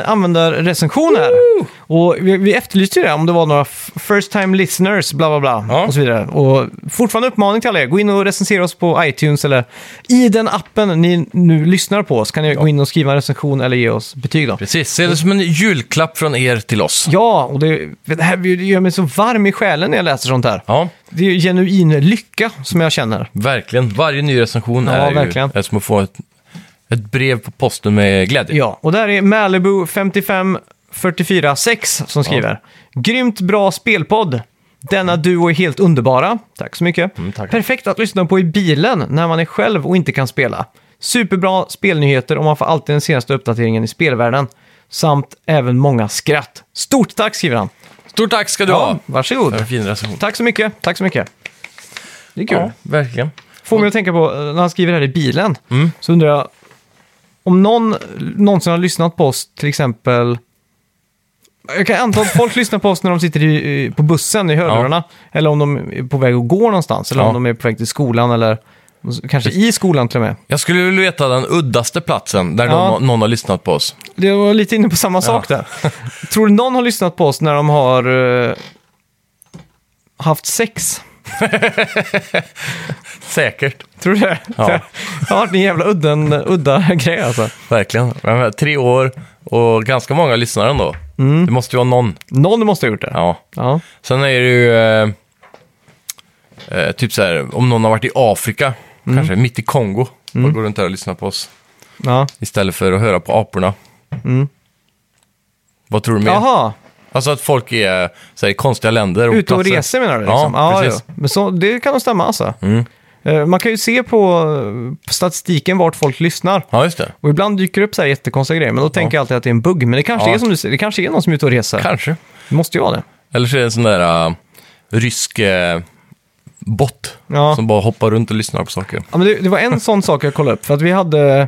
S1: användarrecension här. Och vi, vi efterlyste ju det, om det var några f- first time listeners, bla bla bla.
S2: Ja.
S1: Och så vidare. Och fortfarande uppmaning till alla er, gå in och recensera oss på iTunes eller i den appen ni nu lyssnar på. Så kan ni gå in och skriva en recension eller ge oss betyg då.
S2: Precis, se det som en julklapp från er till oss.
S1: Ja, och det, det här det gör mig så varm i själen när jag läser sånt här.
S2: Ja,
S1: Det är ju genuin lycka som jag känner.
S2: verkligen. Varje ny recension
S1: Ja,
S2: är
S1: verkligen.
S2: ju är som att få ett, ett brev på posten med glädje.
S1: Ja, och där är Malibu 55 44 6 som skriver. Grymt bra spelpodd. Denna duo är helt underbara. Tack så mycket.
S2: Mm, tack.
S1: Perfekt att lyssna på i bilen när man är själv och inte kan spela. Superbra spelnyheter och man får alltid den senaste uppdateringen i spelvärlden. Samt även många skratt. Stort tack skriver han.
S2: Stort tack ska du ha!
S1: varsågod.
S2: Det var en fin recension.
S1: Tack så mycket. Tack så mycket. Det är kul.
S2: Ja, verkligen.
S1: Får mig att tänka på, eh, när han skriver det här i bilen,
S2: Mm.
S1: så undrar jag om någon någonsin har lyssnat på oss, till exempel... Jag kan anta att folk lyssnar på oss när de sitter i, i- på bussen i hörlurarna, eller om de är på väg att gå någonstans, eller
S2: Ja.
S1: om de är på väg till skolan, eller kanske i skolan till och med.
S2: Jag skulle vilja veta den uddaste platsen där
S1: Ja.
S2: någon, någon har lyssnat på oss.
S1: Det var lite inne på samma sak där. Tror du någon har lyssnat på oss när de har eh, haft sex?
S2: Säkert.
S1: Tror du det?
S2: Ja.
S1: Det har varit en jävla udden, udda grej alltså.
S2: Verkligen. Jag menar, Tre år och ganska många lyssnare ändå.
S1: Mm.
S2: Det måste ju vara någon.
S1: Någon måste ha gjort det.
S2: Ja.
S1: ja.
S2: Sen är det ju eh, eh, typ så här, om någon har varit i Afrika,
S1: Mm.
S2: kanske mitt i Kongo, och går runt där och lyssnar på oss
S1: ja.
S2: istället för att höra på aporna. Vad tror du mer?
S1: Mm. Jaha,
S2: Alltså att folk är så här, i konstiga länder. Och
S1: ute och
S2: platser.
S1: reser menar du? Liksom.
S2: Ja, precis. Mm.
S1: ja. Men så, det kan nog stämma alltså. Eh, Man kan ju se på eh, på statistiken vart folk lyssnar.
S2: Ja, just det.
S1: Och ibland dyker det upp så här jättekonstiga grejer, men då tänker jag alltid att det är en bugg. Men det kanske
S2: Ja.
S1: är som du säger, det kanske är någon som är ute och reser.
S2: Kanske.
S1: Det måste ju vara det.
S2: Eller så är det en sån där eh, rysk eh, bot
S1: Ja.
S2: som bara hoppar runt och lyssnar på saker.
S1: Ja, men det, det var en sån sak jag kollade upp, för att vi hade eh,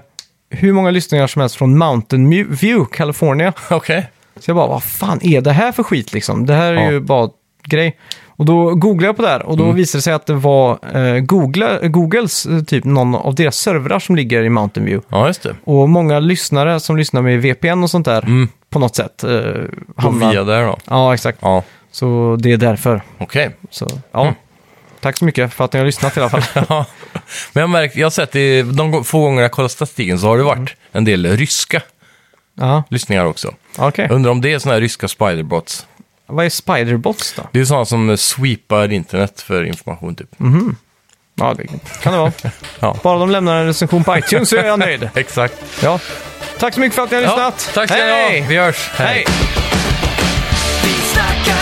S1: hur många lyssningar som helst från Mountain Mu- View, California.
S2: Okej.
S1: Så jag bara, vad fan är det här för skit liksom? Det här är
S2: Ja. Mm.
S1: ju bara grej. Och då googlade jag på det här och då visade det sig att det var eh, Google, Googles, eh, typ någon av deras servrar som ligger i Mountain View.
S2: Ja, just det.
S1: Och många lyssnare som lyssnar med VPN och sånt där på något sätt eh,
S2: Mm. Gå
S1: hamnar...
S2: via där då.
S1: Ja, exakt.
S2: Ja, Mm.
S1: Så det är därför.
S2: okej.
S1: Så, ja. Tack så mycket för att ni har lyssnat i alla fall.
S2: Ja. Men jag, har märkt, jag har sett i de gå- få gånger jag kollat statistiken så har det varit
S1: Mm.
S2: en del ryska
S1: ja,
S2: lyssningar också.
S1: okej.
S2: Jag undrar om det är sådana här ryska spiderbots.
S1: Vad är Spiderbots då?
S2: Det är sådana som eh, sweepar internet för information typ.
S1: Mm. Ja, det kan det vara.
S2: Ja.
S1: Bara de lämnar en recension på iTunes så är jag nöjd.
S2: Exakt.
S1: Ja. Tack så mycket för att ni har
S2: Ja,
S1: lyssnat.
S2: tack ska ni ha. Vi hörs.
S1: Hej!
S3: Vi snackar